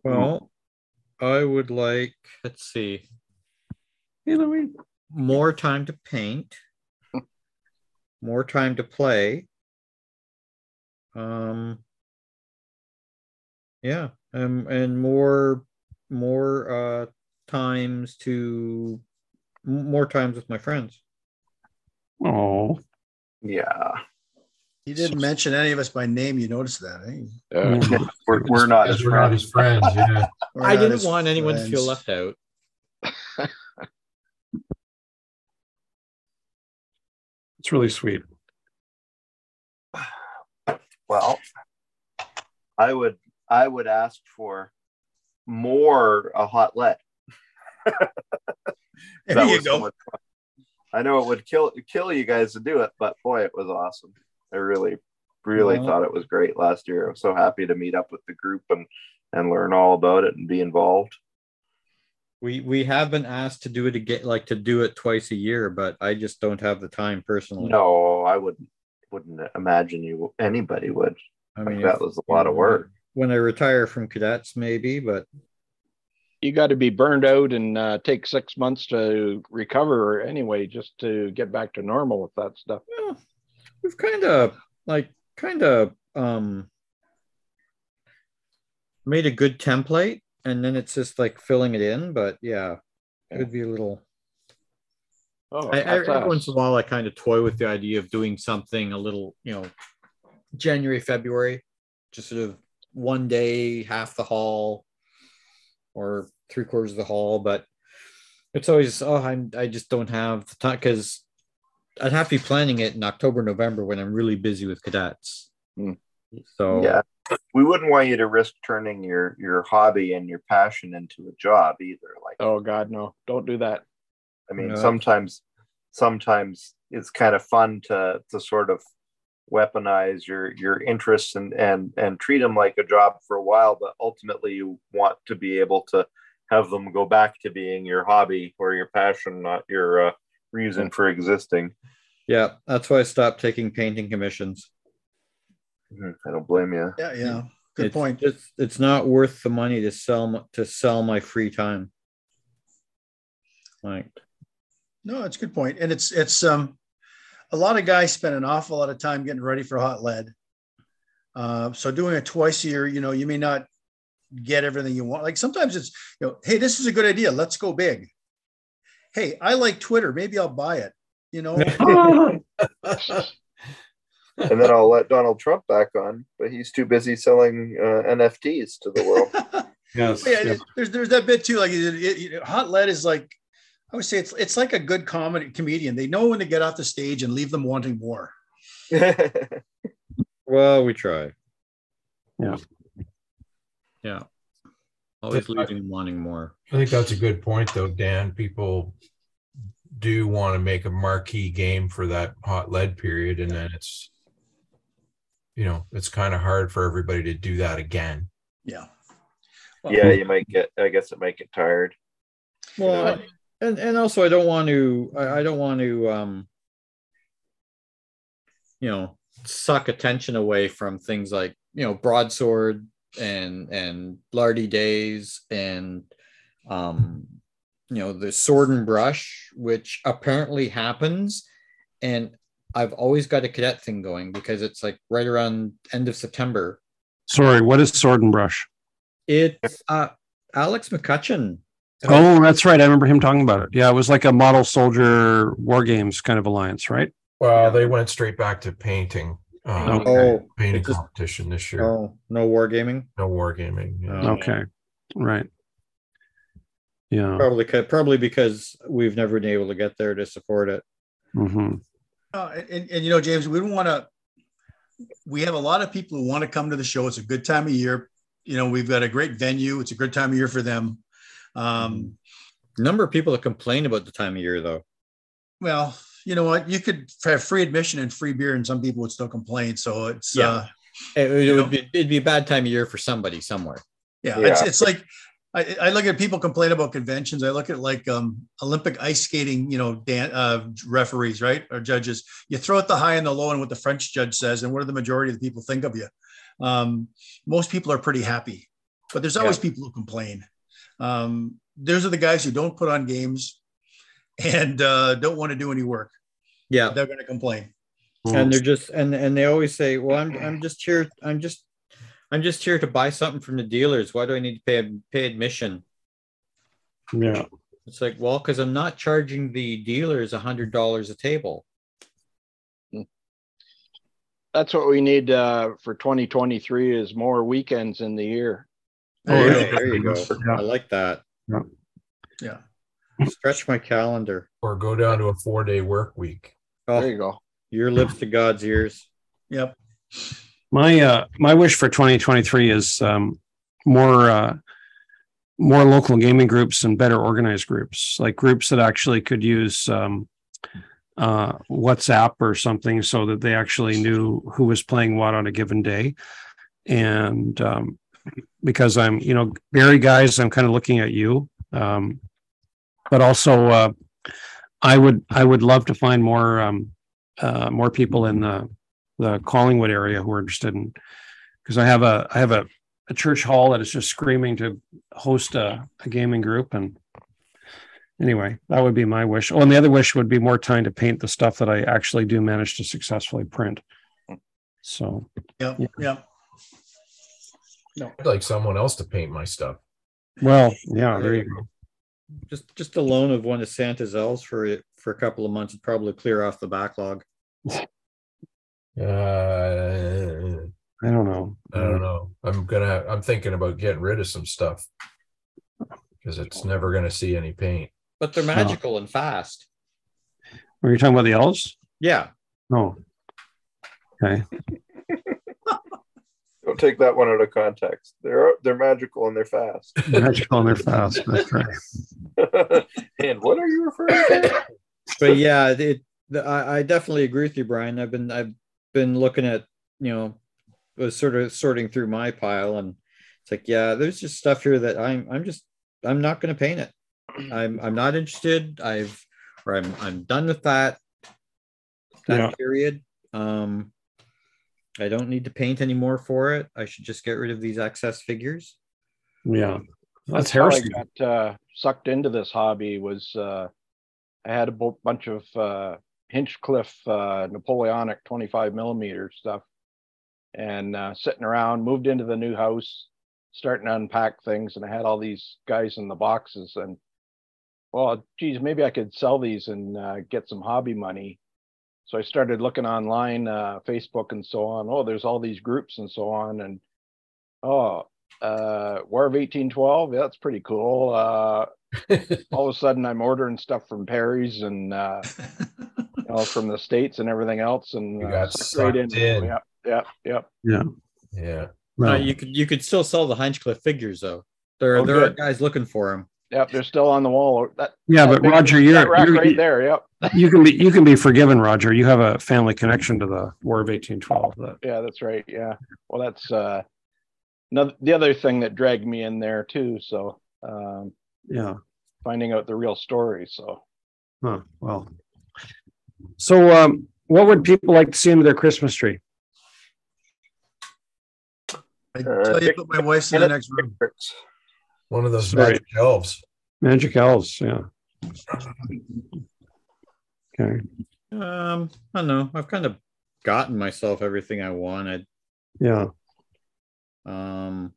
Well, I would like Hmm. let's see You know, we- more time to paint, [laughs] more time to play. Um, yeah, um, and more, more uh, times to m- more times with my friends. oh, yeah, You didn't mention any of us by name. You noticed that, eh? Yeah. yeah. we're, we're not as Because we're not friends. his friends. Yeah. We're I not didn't as want anyone to feel friends. left out. [laughs] it's really sweet. Well, I would I would ask for more a hot let. There That you was so go. much fun. I know it would kill kill you guys to do it, but boy, it was awesome. I really, really Well- thought it was great last year. I'm so happy to meet up with the group and and learn all about it and be involved. We we have been asked to do it again, like to do it twice a year, but I just don't have the time personally. No, I wouldn't wouldn't imagine you anybody would. I mean that was a lot of work. When I retire from cadets, maybe, but You got to be burned out and uh, take six months to recover anyway, just to get back to normal with that stuff. Well, we've kind of like kind of um made a good template and then it's just like filling it in but yeah it would be a little Oh, I, I, that's every once us. in a while i kind of toy with the idea of doing something a little you know january february just sort of one day half the hall or three quarters of the hall but it's always oh i'm i just don't have the time because i'd have to be planning it in october november when i'm really busy with cadets Hmm. so Yeah. We wouldn't want you to risk turning your your hobby and your passion into a job either. Like Oh God, no! Don't [laughs] do that. I mean, Yeah. sometimes, sometimes it's kind of fun to to sort of weaponize your your interests and and and treat them like a job for a while, but ultimately you want to be able to have them go back to being your hobby or your passion, not your uh, reason for existing. yeah that's why i stopped taking painting commissions Mhm, I don't blame you. Yeah, yeah. Good it's, point. it's it's not worth the money to sell m- to sell my free time like No, it's a good point. And it's it's um a lot of guys spend an awful lot of time getting ready for hot lead. Uh, so doing it twice a year, you know, you may not get everything you want. Like sometimes it's, you know, hey, this is a good idea. Let's go big. Hey, I like Twitter. Maybe I'll buy it. You know, [laughs] and then I'll let Donald Trump back on, but he's too busy selling uh, NFTs to the world. Yes. But yeah, there's there's that bit too. Like it, it, you know, hot lead is like, I would say it's it's like a good comedy comedian. They know when to get off the stage and leave them wanting more. [laughs] Well, we try. Yeah. Always leaving and wanting more. [laughs] I think that's a good point, though, Dan. People do want to make a marquee game for that hot lead period, and then it's, you know, it's kind of hard for everybody to do that again. Yeah. yeah, you might get. I guess it might get tired. Well, Yeah. I- and and also i don't want to i, I don't want to um you know suck attention away from things like you know broadsword and and lardy days and um you know the sword and brush which apparently happens and i've always got a cadet thing going because it's like right around end of september Sorry, what is sword and brush? it's uh alex mccutcheon Oh, that's right. I remember him talking about it. Yeah, it was like a model soldier war games kind of alliance, right? Well, they went straight back to painting. Uh, Okay. oh Painting It just- Oh. competition this year. no no wargaming No wargaming. Yeah. Oh. Okay, right. Yeah. probably ca- probably because we've never been able to get there to support it hmm Uh, and, and you know, James, we don't want to. We have a lot of people who want to come to the show. It's a good time of year. You know, we've got a great venue. It's a good time of year for them. Um, number of people that complain about the time of year though well, you know what? You could have free admission and free beer, and some people would still complain. So it's Yeah. uh, it, it You know? would be, it'd be a bad time of year for somebody somewhere yeah, Yeah. It's, it's like I, I look at people complain about conventions. I look at like um, Olympic ice skating, you know, dan- uh, referees, right, or judges. You throw out the high and the low, and what the French judge says, and what do the majority of the people think of you? Um, most people are pretty happy, but there's always people who complain. Um, those are the guys who don't put on games and uh, don't want to do any work. yeah They're going to complain. and they're just and and they always say well i'm i'm just here i'm just i'm just here to buy something from the dealers why do i need to pay pay admission Yeah. it's like well because i'm not charging the dealers a hundred dollars a table That's what we need uh, for 2023 is more weekends in the year. There yeah, you there you go Oh, Yeah. i like that Yeah. Yeah. stretch my calendar Or go down to a four day work week. There oh you go. your lips to god's ears Yep. My uh, my wish for 2023 is um, more uh, more local gaming groups and better organized groups, like groups that actually could use um, uh, WhatsApp or something, so that they actually knew who was playing what on a given day. And um, because I'm, you know, Barry guys, I'm kind of looking at you, um, but also uh, I would I would love to find more um, uh, more people in the the Collingwood area who are interested in because I have a I have a, a church hall that is just screaming to host a, a gaming group and anyway that would be my wish. Oh, and the other wish would be more time to paint the stuff that I actually do manage to successfully print. So Yep. Yeah. Yep. I'd like someone else to paint my stuff. well yeah there you go just just the loan of one of Santa's elves for for a couple of months would probably clear off the backlog. Uh, I don't know I don't know. I'm gonna. I'm thinking about getting rid of some stuff because it's never gonna see any paint. [laughs] But they're magical and fast. Were you talking about the elves? Yeah. No. Okay. Don't take that one out of context. They're they're magical and they're fast. [laughs] Magical and they're fast. That's right. and what are you referring to? [laughs] But yeah, it the, I, I definitely agree with you, Brian. I've been I've been looking at, you know, was sort of sorting through my pile and it's like, yeah, there's just stuff here that I'm I'm just I'm not gonna paint it. I'm I'm not interested. I've or I'm I'm done with that that Yeah. period. Um I don't need to paint anymore for it. I should just get rid of these excess figures. Yeah. That's how I heresy. got uh, sucked into this hobby was uh, I had a bu- bunch of uh, Hinchcliffe uh, Napoleonic 25 millimeter stuff and uh, sitting around, moved into the new house, starting to unpack things. And I had all these guys in the boxes. And well, geez, maybe I could sell these and uh, get some hobby money. So I started looking online, uh, Facebook and so on. Oh, there's all these groups and so on. And oh, uh, War of 1812, yeah, that's pretty cool. Uh, all of a sudden, I'm ordering stuff from Perry's and uh, you know, from the states and everything else. And You uh, got sucked right sucked in. Yep, yep, yep. Yeah. No, Uh, Well, you could you could still sell the Hinchcliffe figures though. There, Oh, there are good. guys looking for them. Yep, they're still on the wall. That, yeah, that but big- Roger, you're, that rack you're- right there. Yep. you can be you can be forgiven, Roger. You have a family connection to the War of eighteen twelve. That Yeah, that's right. Yeah. Well, that's uh, another, the other thing that dragged me in there too. So um, yeah. finding out the real story. So Huh, well. So, um, what would people like to see under their Christmas tree? I Uh, tell you, put my wife's in the next room. One of those Sorry. magic elves. Magic elves, yeah. Okay, Um, I don't know. I've kind of gotten myself everything I wanted. yeah, Um,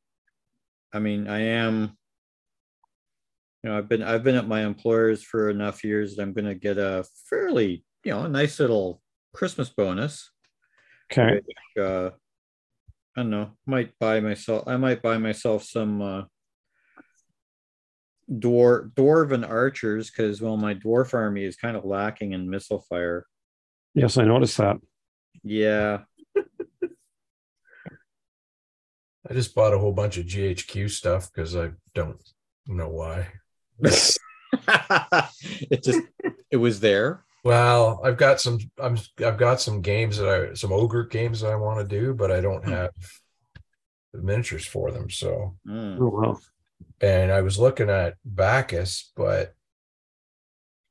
I mean, I am. You know, I've been I've been at my employers for enough years that I'm going to get a fairly you know a nice little Christmas bonus. okay. uh I don't know, might buy myself I might buy myself some uh dwarf dwarven archers because well my dwarf army is kind of lacking in missile fire. Yes, I noticed that. Yeah. I just bought a whole bunch of GHQ stuff because I don't know why. [laughs] it just it was there. Well, I've got some. I'm. I've got some games that I some O group games that I want to do, but I don't have the miniatures for them. So, Mm. Oh, wow. and I was looking at Bacchus, but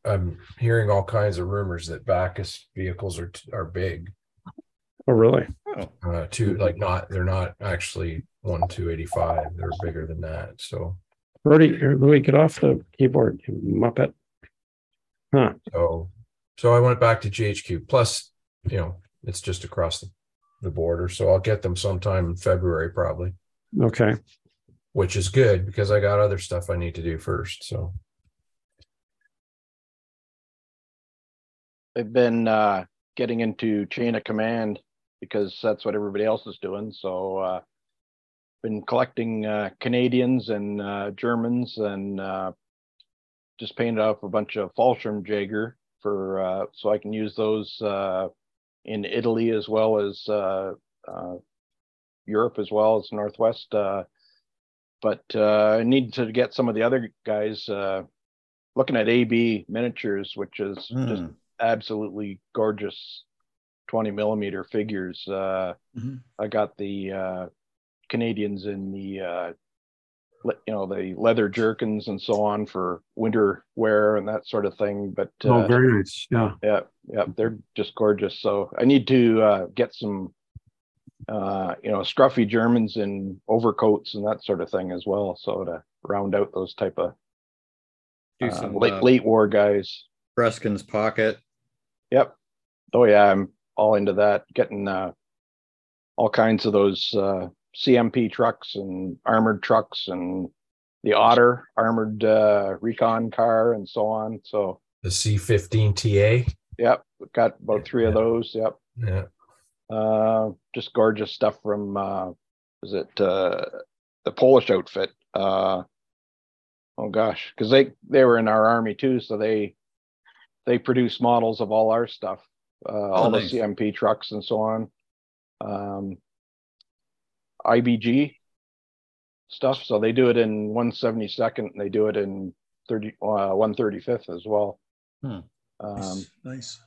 I'm hearing all kinds of rumors that Bacchus vehicles are are big. Oh, really? Oh, Uh, two like not. They're not actually one two eighty five. They're bigger than that. So, Bertie, here, Louis, get off the keyboard, you muppet. so, so I went back to GHQ. Plus, you know, it's just across the, the border. So I'll get them sometime in February probably. Okay, which is good because I got other stuff I need to do first. So I've been uh, getting into chain of command because that's what everybody else is doing. So uh, been collecting uh, Canadians and uh, Germans and uh, just painted off a bunch of Fallschirmjäger for uh, so I can use those uh, in Italy as well as uh, uh, Europe as well as Northwest. Uh, but uh, I need to get some of the other guys uh, looking at AB miniatures, which is Hmm. just mm. absolutely gorgeous 20 millimeter figures. Uh, Mm-hmm. Mhm. I got the uh, Canadians in the, uh, le- you know, the leather jerkins and so on for winter wear and that sort of thing. But uh, oh, very nice, yeah. yeah, yeah, they're just gorgeous. So I need to uh, get some, uh, you know, scruffy Germans in overcoats and that sort of thing as well. So to round out those type of Do uh, some late uh, late war guys. Breskin's pocket. Yep. Oh yeah, I'm all into that. Getting uh, all kinds of those uh, CMP trucks and armored trucks and the Otter armored uh, recon car and so on. So the C15 TA, yep, we've got about three of Yeah. those. Yep. yeah, Uh, just gorgeous stuff from uh, is it uh, the Polish outfit? Uh, oh gosh, because they they were in our army too, so they they produce models of all our stuff, uh, all Oh, nice. the CMP trucks and so on, um, IBG stuff. So they do it in 172nd, and they do it in 30 uh, 135th as well. Hmm. Um, nice.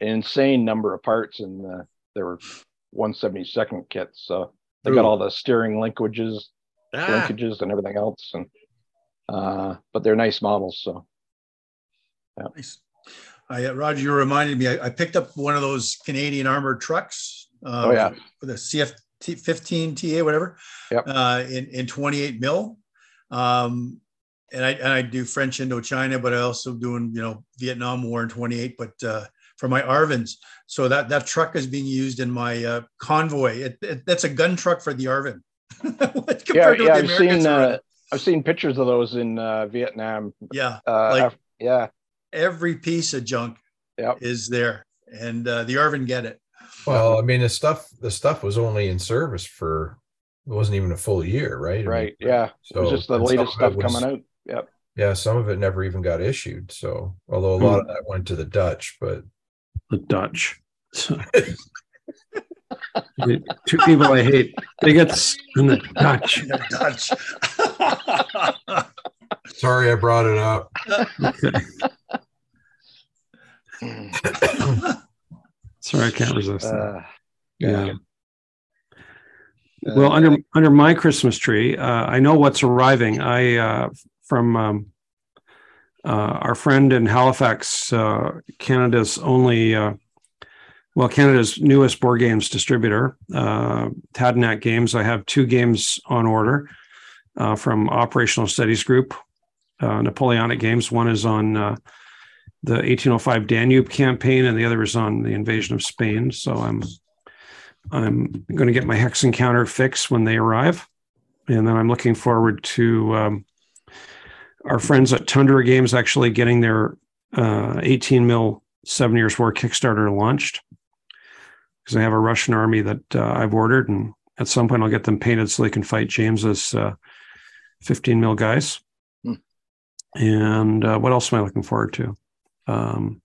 insane number of parts uh, in the their 172nd kits. So they got Ooh. all the steering linkages, Ah, linkages, and everything else. And uh, but they're nice models. So Nice. I, uh, Roger, you reminded me, I, I picked up one of those Canadian armored trucks. Uh, oh yeah, With a CFT 15 TA, whatever. Yep. Uh, in, in 28 mil. Um, and I and I do French Indochina, but I also doing you know Vietnam War in 28, but uh, for my Arvins. So that that truck is being used in my uh, convoy. It, it, that's a gun truck for the Arvin. [laughs] compared yeah, yeah. I've seen uh, I've seen pictures of those in uh, Vietnam. yeah, Uh, Like- Af- yeah, every piece of junk Yep. is there, and uh, the Arvin get it. [laughs] Well, I mean, the stuff the stuff was only in service for it wasn't even a full year, right? I mean, right. Yeah, Oh, it So was just the and some latest of it stuff was- coming out. Yeah, some of it never even got issued. So, although a Hmm. lot of that went to the Dutch, but the Dutch. [laughs] Two people I hate: bigots and the Dutch. The Dutch. [laughs] sorry I brought it up. Sorry, I can't resist. that. Uh, yeah. well, under under my Christmas tree, uh, I know what's arriving. I uh, from um, uh, our friend in Halifax, uh, Canada's only, uh, well, Canada's newest board games distributor, uh, Tadnack Games. I have two games on order uh, from Operational Studies Group, uh, Napoleonic Games. One is on uh, the 1805 Danube campaign, and the other is on the invasion of Spain. So I'm I'm going to get my hex encounter fix when they arrive, and then I'm looking forward to um, our friends at Tundra Games actually getting their uh, 18 mil Seven Years War Kickstarter launched because I have a Russian army that uh, I've ordered, and at some point I'll get them painted so they can fight James's uh, 15 mil guys. Hmm. And uh, what else am I looking forward to? Um,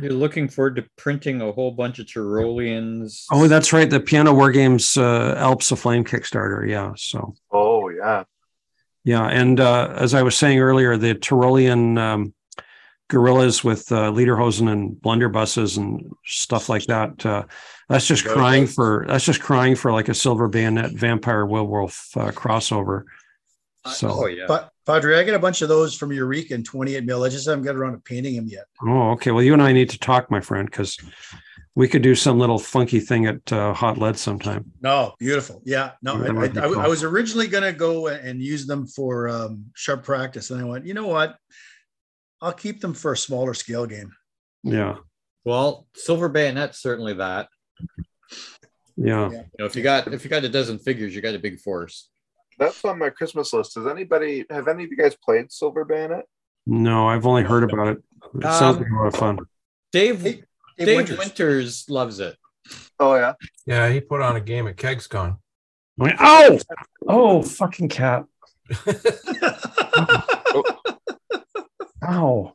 You're looking forward to printing a whole bunch of Tyroleans. oh, that's right, the Piano War Games uh, Alps of Flame Kickstarter. Yeah, so. Oh yeah. Yeah, and uh, as I was saying earlier, the Tyrolean um, gorillas with uh, lederhosen and blunderbusses and stuff like that. Uh, that's just Yeah. crying for that's just crying for like a silver bayonet vampire werewolf uh, crossover. oh So yeah. Pa- Padre, I got a bunch of those from Eureka in 28 mil. I just haven't got around to painting them yet. oh okay, well you and I need to talk, my friend, because we could do some little funky thing at uh, Hot Lead sometime. No, beautiful. Yeah, no, Yeah, I, that I, would be I w- cool. I was originally going to go and use them for um, sharp practice, and I went, you know what? I'll keep them for a smaller scale game. Yeah, well, silver bayonet certainly that. yeah. You know, if you got if you got a dozen figures, you got a big force. That's on my Christmas list. Does anybody have any of you guys played Silver Bayonet? No, I've only heard about it. It sounds Um, like a lot of fun. Dave Hey, Dave, Dave Winters. Winters. loves it. Oh yeah. Yeah, he put on a game at KegsCon. I'm like, oh, oh, fucking cat. Ow.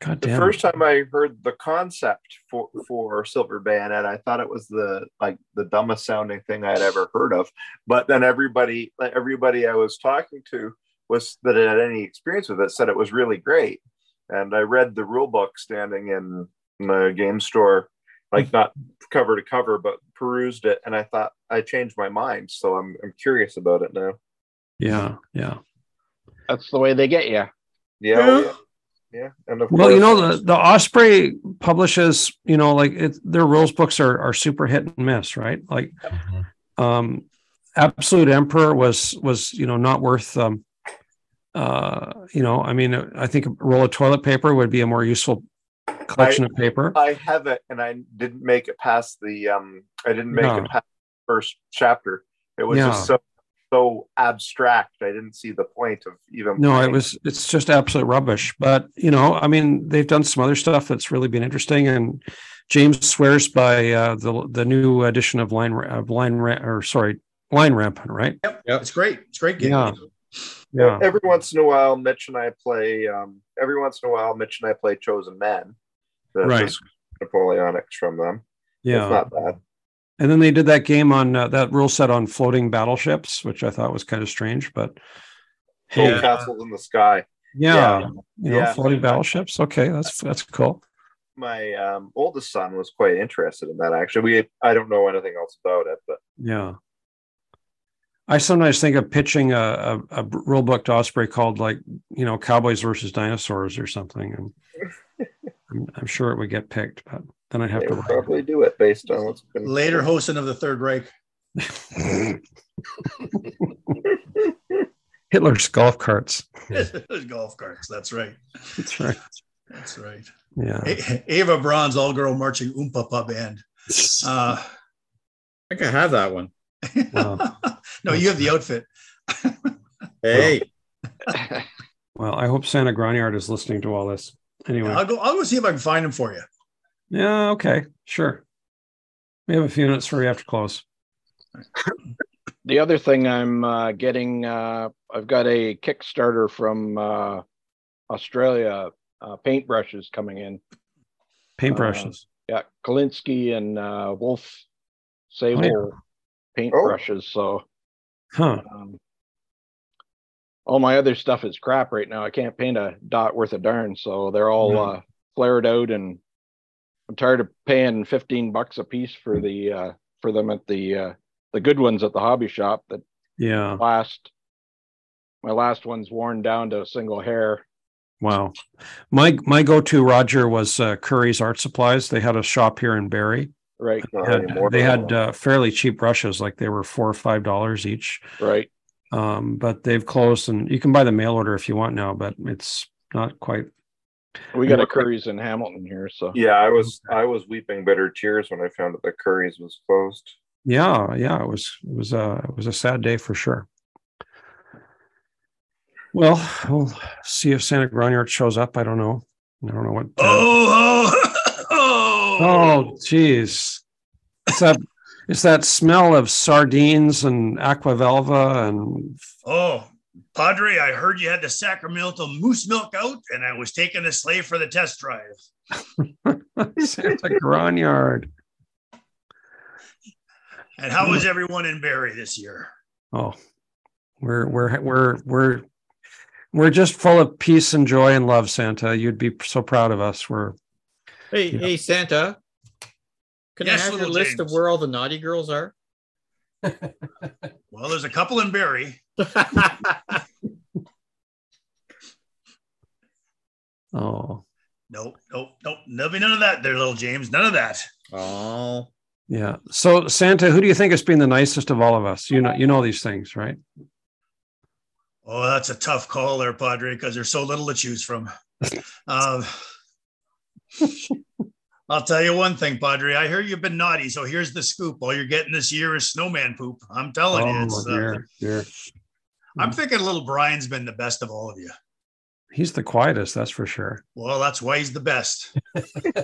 God The damn. first it. time I heard the concept for for Silver Bayonet, I thought it was the like the dumbest sounding thing I'd ever heard of. But then everybody like, everybody I was talking to was that had any experience with it said it was really great. And I read the rule book standing in the game store, Hmm. like not cover to cover, but perused it, and I thought I changed my mind. So I'm I'm curious about it now. Yeah, yeah. that's the way they get you. Yeah, oh, yeah. yeah. And of Well, you course- know, the, the Osprey publishes, you know, like it, their rules books are are super hit and miss, right? Like Mm-hmm. Mhm. um Absolute Emperor was was, you know, not worth um uh you know, I mean I think a roll of toilet paper would be a more useful collection of paper. I have it, and I didn't make it past the. Um, I didn't make No. it past the first chapter. It was just so so abstract. I didn't see the point of even. No, it playing. E-, was it's just absolute rubbish. But you know, I mean, they've done some other stuff that's really been interesting. And James swears by uh, the the new edition of Line Ra- of Line Ra- or sorry Line Rampant, right? [laughs] It's great. It's a great game. Yeah. Yeah, Every once in a while, Mitch and I play. Um, every once in a while, Mitch and I play Chosen Men. The, Right. the Napoleonics from them. It's yeah. not bad. And then they did that game on uh, that rule set on floating battleships, which I thought was kind of strange. But Gold Yeah. castles in the sky. yeah, Yeah. you know, Yeah. floating battleships. Okay, that's that's cool. My um, oldest son was quite interested in that. Actually, we I don't know anything else about it, but Yeah. I sometimes think of pitching a, a, a rule book to Osprey called like, you know, Cowboys versus Dinosaurs or something. And I'm, I'm sure it would get picked, but then I'd have they to would write probably do it based on what's been Later Hosen of the Third Reich. Hitler's golf carts. [laughs] golf carts. That's right. That's right. That's right. Yeah. A- Ava Braun's all girl marching Oompa Pa band. Uh, I think I have that one. Wow. [laughs] no, you have the outfit. Hey, Well, I hope Santa Graniard is listening to all this. Anyway. I'll go. I'll go see if I can find him for you. Yeah. Okay. Sure. We have a few minutes before we have to close. the other thing I'm uh, getting, uh, I've got a Kickstarter from uh, Australia. Uh, paintbrushes coming in. Paintbrushes. Yeah, Kalinsky and uh, Wolf Sable paintbrushes. So Uh, Huh. um, all my other stuff is crap right now. I can't paint a dot worth a darn. So they're all Right. uh, flared out, and I'm tired of paying 15 bucks a piece for the uh, for them at the uh, the good ones at the hobby shop that Yeah. last my last one's worn down to a single hair Wow. My my go-to Roger was uh, Curry's Art Supplies. They had a shop here in Barrie. right Not Had- anymore. they had uh, fairly cheap brushes, like they were four or five dollars each. right Um, but they've closed, and you can buy the mail order if you want now, but it's not quite. we got Yeah. a curry's in hamilton here so Yeah, I was I was weeping bitter tears when I found out the Curry's was closed. Yeah, yeah, it was it was a it was a sad day for sure. Well, we'll see if Santa Graniard shows up. I don't know. I don't know what. uh, Oh, oh, Oh, jeez. It's that it's that smell of sardines and aquavelva and [laughs] Oh, Padre, I heard you had the sacramental moose milk out, and I was taking a slave for the test drive. Santa Graniard. And how is everyone in Barry this year? Oh, we're we're we're we're we're just full of peace and joy and love, Santa. You'd be so proud of us. We're hey, Yeah. hey, Santa. Can Yes, I have your little list of James. where all the naughty girls [laughs] are? Well, there's a couple in Barry. oh Nope, nope, nope. There'll be none of that there, little James. None of that. oh, yeah. So Santa, who do you think has been the nicest of all of us? You know, you know these things, right? Oh, that's a tough call there, Padre, because there's so little to choose from. Um, [laughs] I'll tell you one thing, Padre. I hear you've been naughty, so here's the scoop. All you're getting this year is snowman poop. I'm telling you, it's, uh, Oh, dear, dear. I'm thinking little Brian's been the best of all of you. He's the quietest, that's for [laughs] sure. Well, that's why he's the best.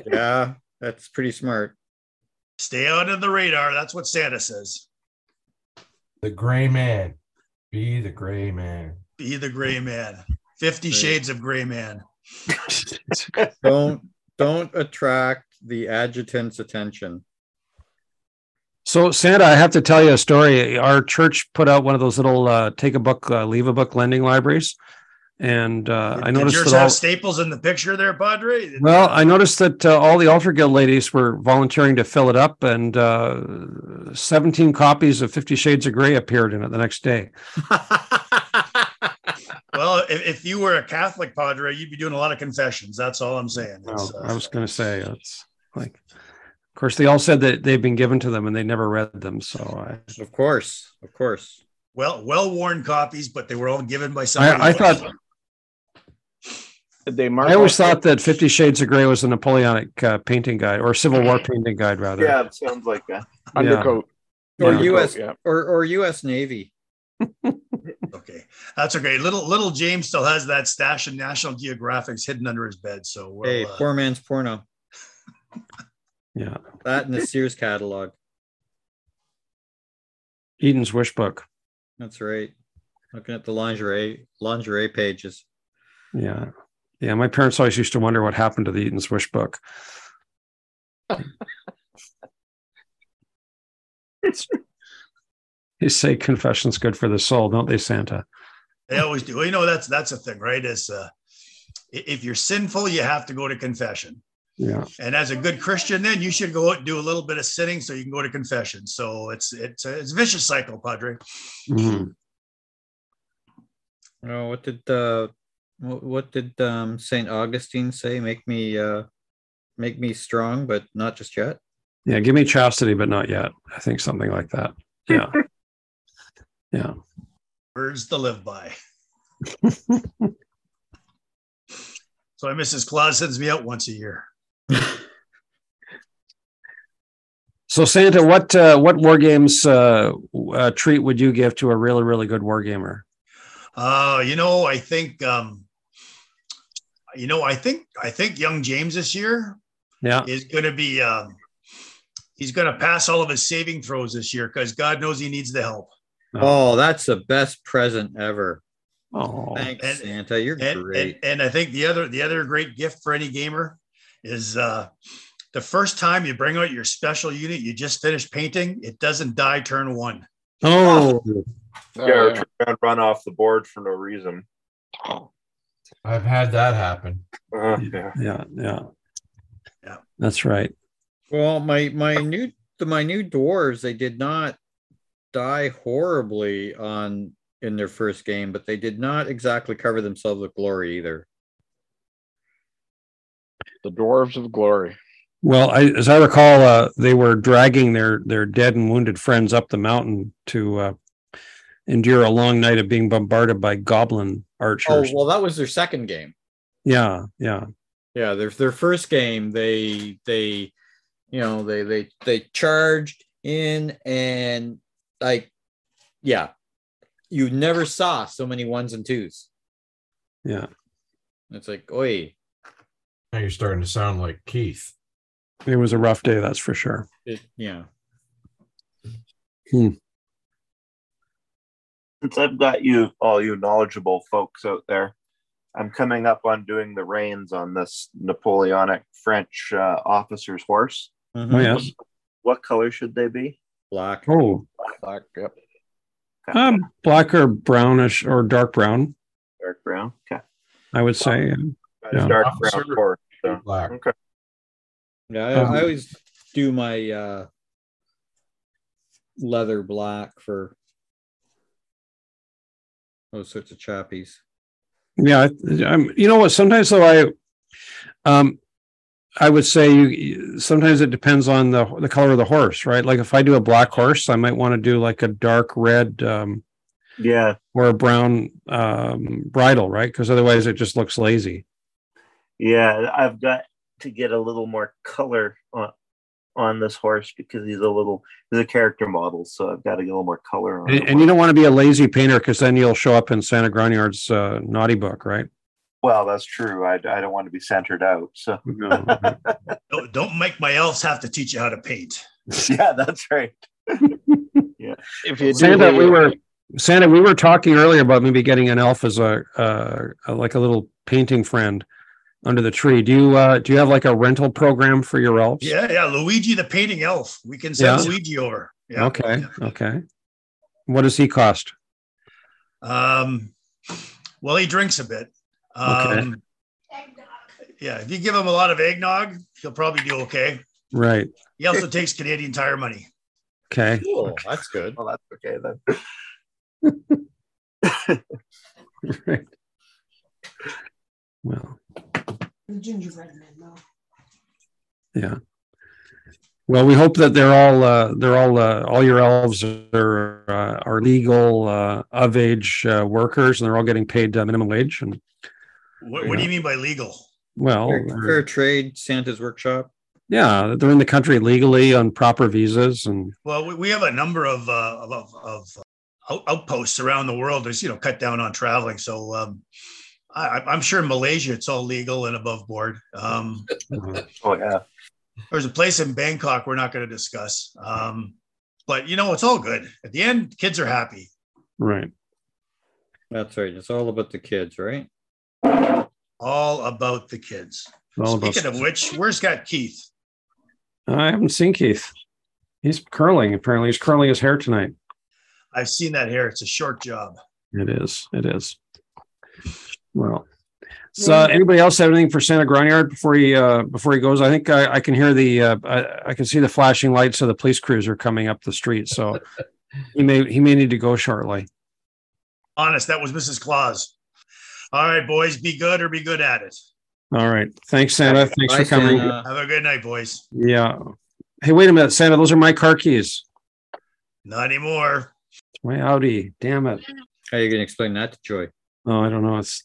yeah, that's pretty smart. Stay out of the radar. That's what Santa says. The gray man. Be the gray man. Be the gray man. Fifty Right. Shades of Gray Man. Don't don't attract the adjutant's attention. So, Santa, I have to tell you a story. Our church put out one of those little uh, take a book, uh, leave a book lending libraries. And uh, I Did noticed yours that have all, Staples in the picture there, Padre? well, I noticed that uh, all the Altar Guild ladies were volunteering to fill it up, and uh, 17 copies of Fifty Shades of Grey appeared in it the next day. Well, if, if you were a Catholic Padre, you'd be doing a lot of confessions. That's all I'm saying. It's, Well, uh, I was going to say, it's like, of course, they all said that they've been given to them and they never read them. So I, of course, of course. well, well worn copies, but they were all given by somebody. I, I else. thought did they mark I always up- thought that Fifty Shades of Grey was a Napoleonic uh, painting guide or Civil [clears throat] War painting guide, rather. Yeah, it sounds like that. undercoat Or Yeah. U.S. yeah. or or U.S. Navy. [laughs] okay, that's okay. Little little James still has that stash of National Geographics hidden under his bed. So we'll, hey, uh, poor man's porno. Yeah. That in the Sears catalog. Eden's Wish Book. That's right. Looking at the lingerie lingerie pages. Yeah. Yeah. My parents always used to wonder what happened to the Eden's Wish Book. they say confession's good for the soul, don't they, Santa? they always do. Well, you know that's that's a thing, right? Is uh, i- if you're sinful, you have to go to confession. Yeah. And as a good Christian, then you should go out and do a little bit of sinning so you can go to confession. So it's it's a, it's a vicious cycle, Padre. Mhm. Oh, what did uh, what, what did um, Saint Augustine say? Make me uh, make me strong, but not just yet. Yeah. Give me chastity, but not yet. I think something like that. Yeah. yeah. Words to live by. [laughs] So Mrs. Claus sends me out once a year. So Santa, what uh, what war games uh, uh, treat would you give to a really really good war gamer? Uh, you know, I think, um, you know, I think, I think young James this year Yeah, is going to be, um, he's going to pass all of his saving throws this year because God knows he needs the help. Oh, that's the best present ever. oh, Thanks, And- Santa. You're And, great. and and I think the other the other great gift for any gamer is uh, the first time you bring out your special unit you just finished painting, it doesn't die turn one. oh, Oh, Yeah, or try and run off the board for no reason. I've had that happen. Uh, yeah. yeah, yeah, Yeah. That's right. Well, my my new the my new dwarves they did not die horribly on in their first game, but they did not exactly cover themselves with glory either. The Dwarves of Glory. Well, I, as I recall, uh, they were dragging their their dead and wounded friends up the mountain to uh, endure a long night of being bombarded by goblin Oh archers. well, that was their second game. Yeah, yeah, Yeah, their their first game they they you know they they they charged in and like yeah, you never saw so many ones and twos. yeah. It's like oi, Now you're starting to sound like Keith. It was a rough day, that's for sure. it, yeah. Since I've got you all you knowledgeable folks out there, I'm coming up on doing the reins on this Napoleonic French uh, officer's horse. Oh yes. What color should they be? Black. Oh, Black, yep. um, black or brownish or dark brown, Dark brown. Okay. I would say. Got a Yeah. Uh, Dark Officer. brown horse. So. Black. Okay. Yeah, I, Um, I always do my uh leather black for those sorts of chappies. Yeah, I- I'm, you know what? Sometimes though, I, um, I would say you- you, sometimes it depends on the the color of the horse, right? Like if I do a black horse, I might want to do like a dark red um, Yeah. or a brown um, bridle, right? Because otherwise, it just looks lazy. Yeah. I've got to get a little more color on on this horse because he's a little he's a character model, so I've got to get a little more color on And, him. and you don't want to be a lazy painter because then you'll show up in Santa Grognard's uh, naughty book, right? Well, that's true. I, I don't want to be centered out. So [laughs] No. Don't, don't make my elves have to teach you how to paint. yeah, that's right. If you do, Santa, we were Santa, we were talking earlier about maybe getting an elf as a, uh, like a little painting friend under the tree. Do you uh, do you have like a rental program for your elves? Yeah, yeah. Luigi the painting elf. We can send Yeah. Luigi over. Yeah. Okay. Okay. What does he cost? Um, well, he drinks a bit. Okay. Um, Yeah, if you give him a lot of eggnog, he'll probably do okay. Right. He also takes Canadian Tire money. Okay. Cool, that's good. Well, that's okay then. Right. Well, The gingerbread man, though. well, we hope that they're all uh, they're all uh, all your elves are uh, are legal uh, of age uh, workers and they're all getting paid uh, minimum wage and What, what do you mean by legal? well Fair, they're- fair trade, Santa's workshop. Yeah, they're in the country legally on proper visas, and Well, we, we have a number of uh, of, of, of uh, out- outposts around the world that's you know cut down on traveling. So um, I, I'm- I'm sure in Malaysia it's all legal and above board. Um, uh, Oh yeah. there's a place in Bangkok we're not going to discuss, um, but you know it's all good. At the end, kids are happy. right. That's right. It's all about the kids, right? All about the kids. All of us. Speaking of which, where's got Keith? I haven't seen Keith. He's curling. Apparently, he's curling his hair tonight. I've seen that hair. It's a short job. It is. It is. Well, so uh, anybody else have anything for Santa Grognard before he uh, before he goes? I think I, I can hear the uh, I, I can see the flashing lights of the police cruiser coming up the [laughs] street. So he may he may need to go shortly. Honest, that was Mrs. Claus. All right, boys, be good or be good at it. All right. Thanks, Santa. Thanks Bye, for coming. Santa. Have a good night, boys. Yeah. Hey, wait a minute, Santa. Those are my car keys. Not anymore. My Audi. Damn it. How are you going to explain that to Joy? Oh, I don't know. It's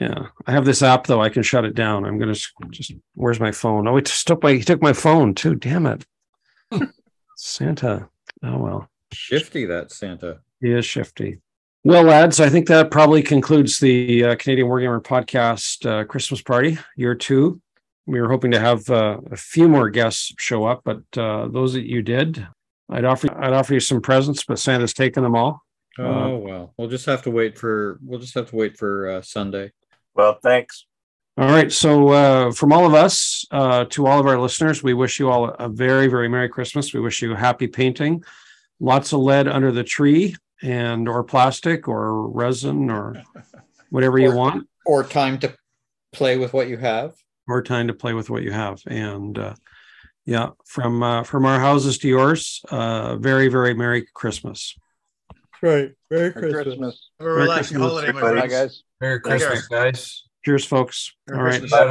yeah. I have this app though. I can shut it down. I'm gonna s- just. Where's my phone? Oh, he just took my. He took my phone too. Damn it, Santa. Oh well, Shifty that Santa. he is shifty. Well, lads, I think that probably concludes the uh, Canadian Wargamer podcast uh, Christmas party year two. We were hoping to have uh, a few more guests show up, but uh, those that you did, I'd offer I'd offer you some presents, but Santa's taken them all. Oh well, we'll just have to wait for we'll just have to wait for uh, Sunday. Well, thanks. All right. So, uh, from all of us uh, to all of our listeners, we wish you all a very, very Merry Christmas. We wish you happy painting, lots of lead under the tree, and or plastic or resin or whatever you Or- want, Or time to play with what you have. or time to play with what you have. And uh, yeah, from uh, from our houses to yours, uh, very, very Merry Christmas. Right. Merry Merry Christmas. Have a relaxing Christmas, holiday, my everybody. Bye, friends. guys. Merry Take care. Christmas, guys. Cheers, folks. Merry all right. Christmas. Bye.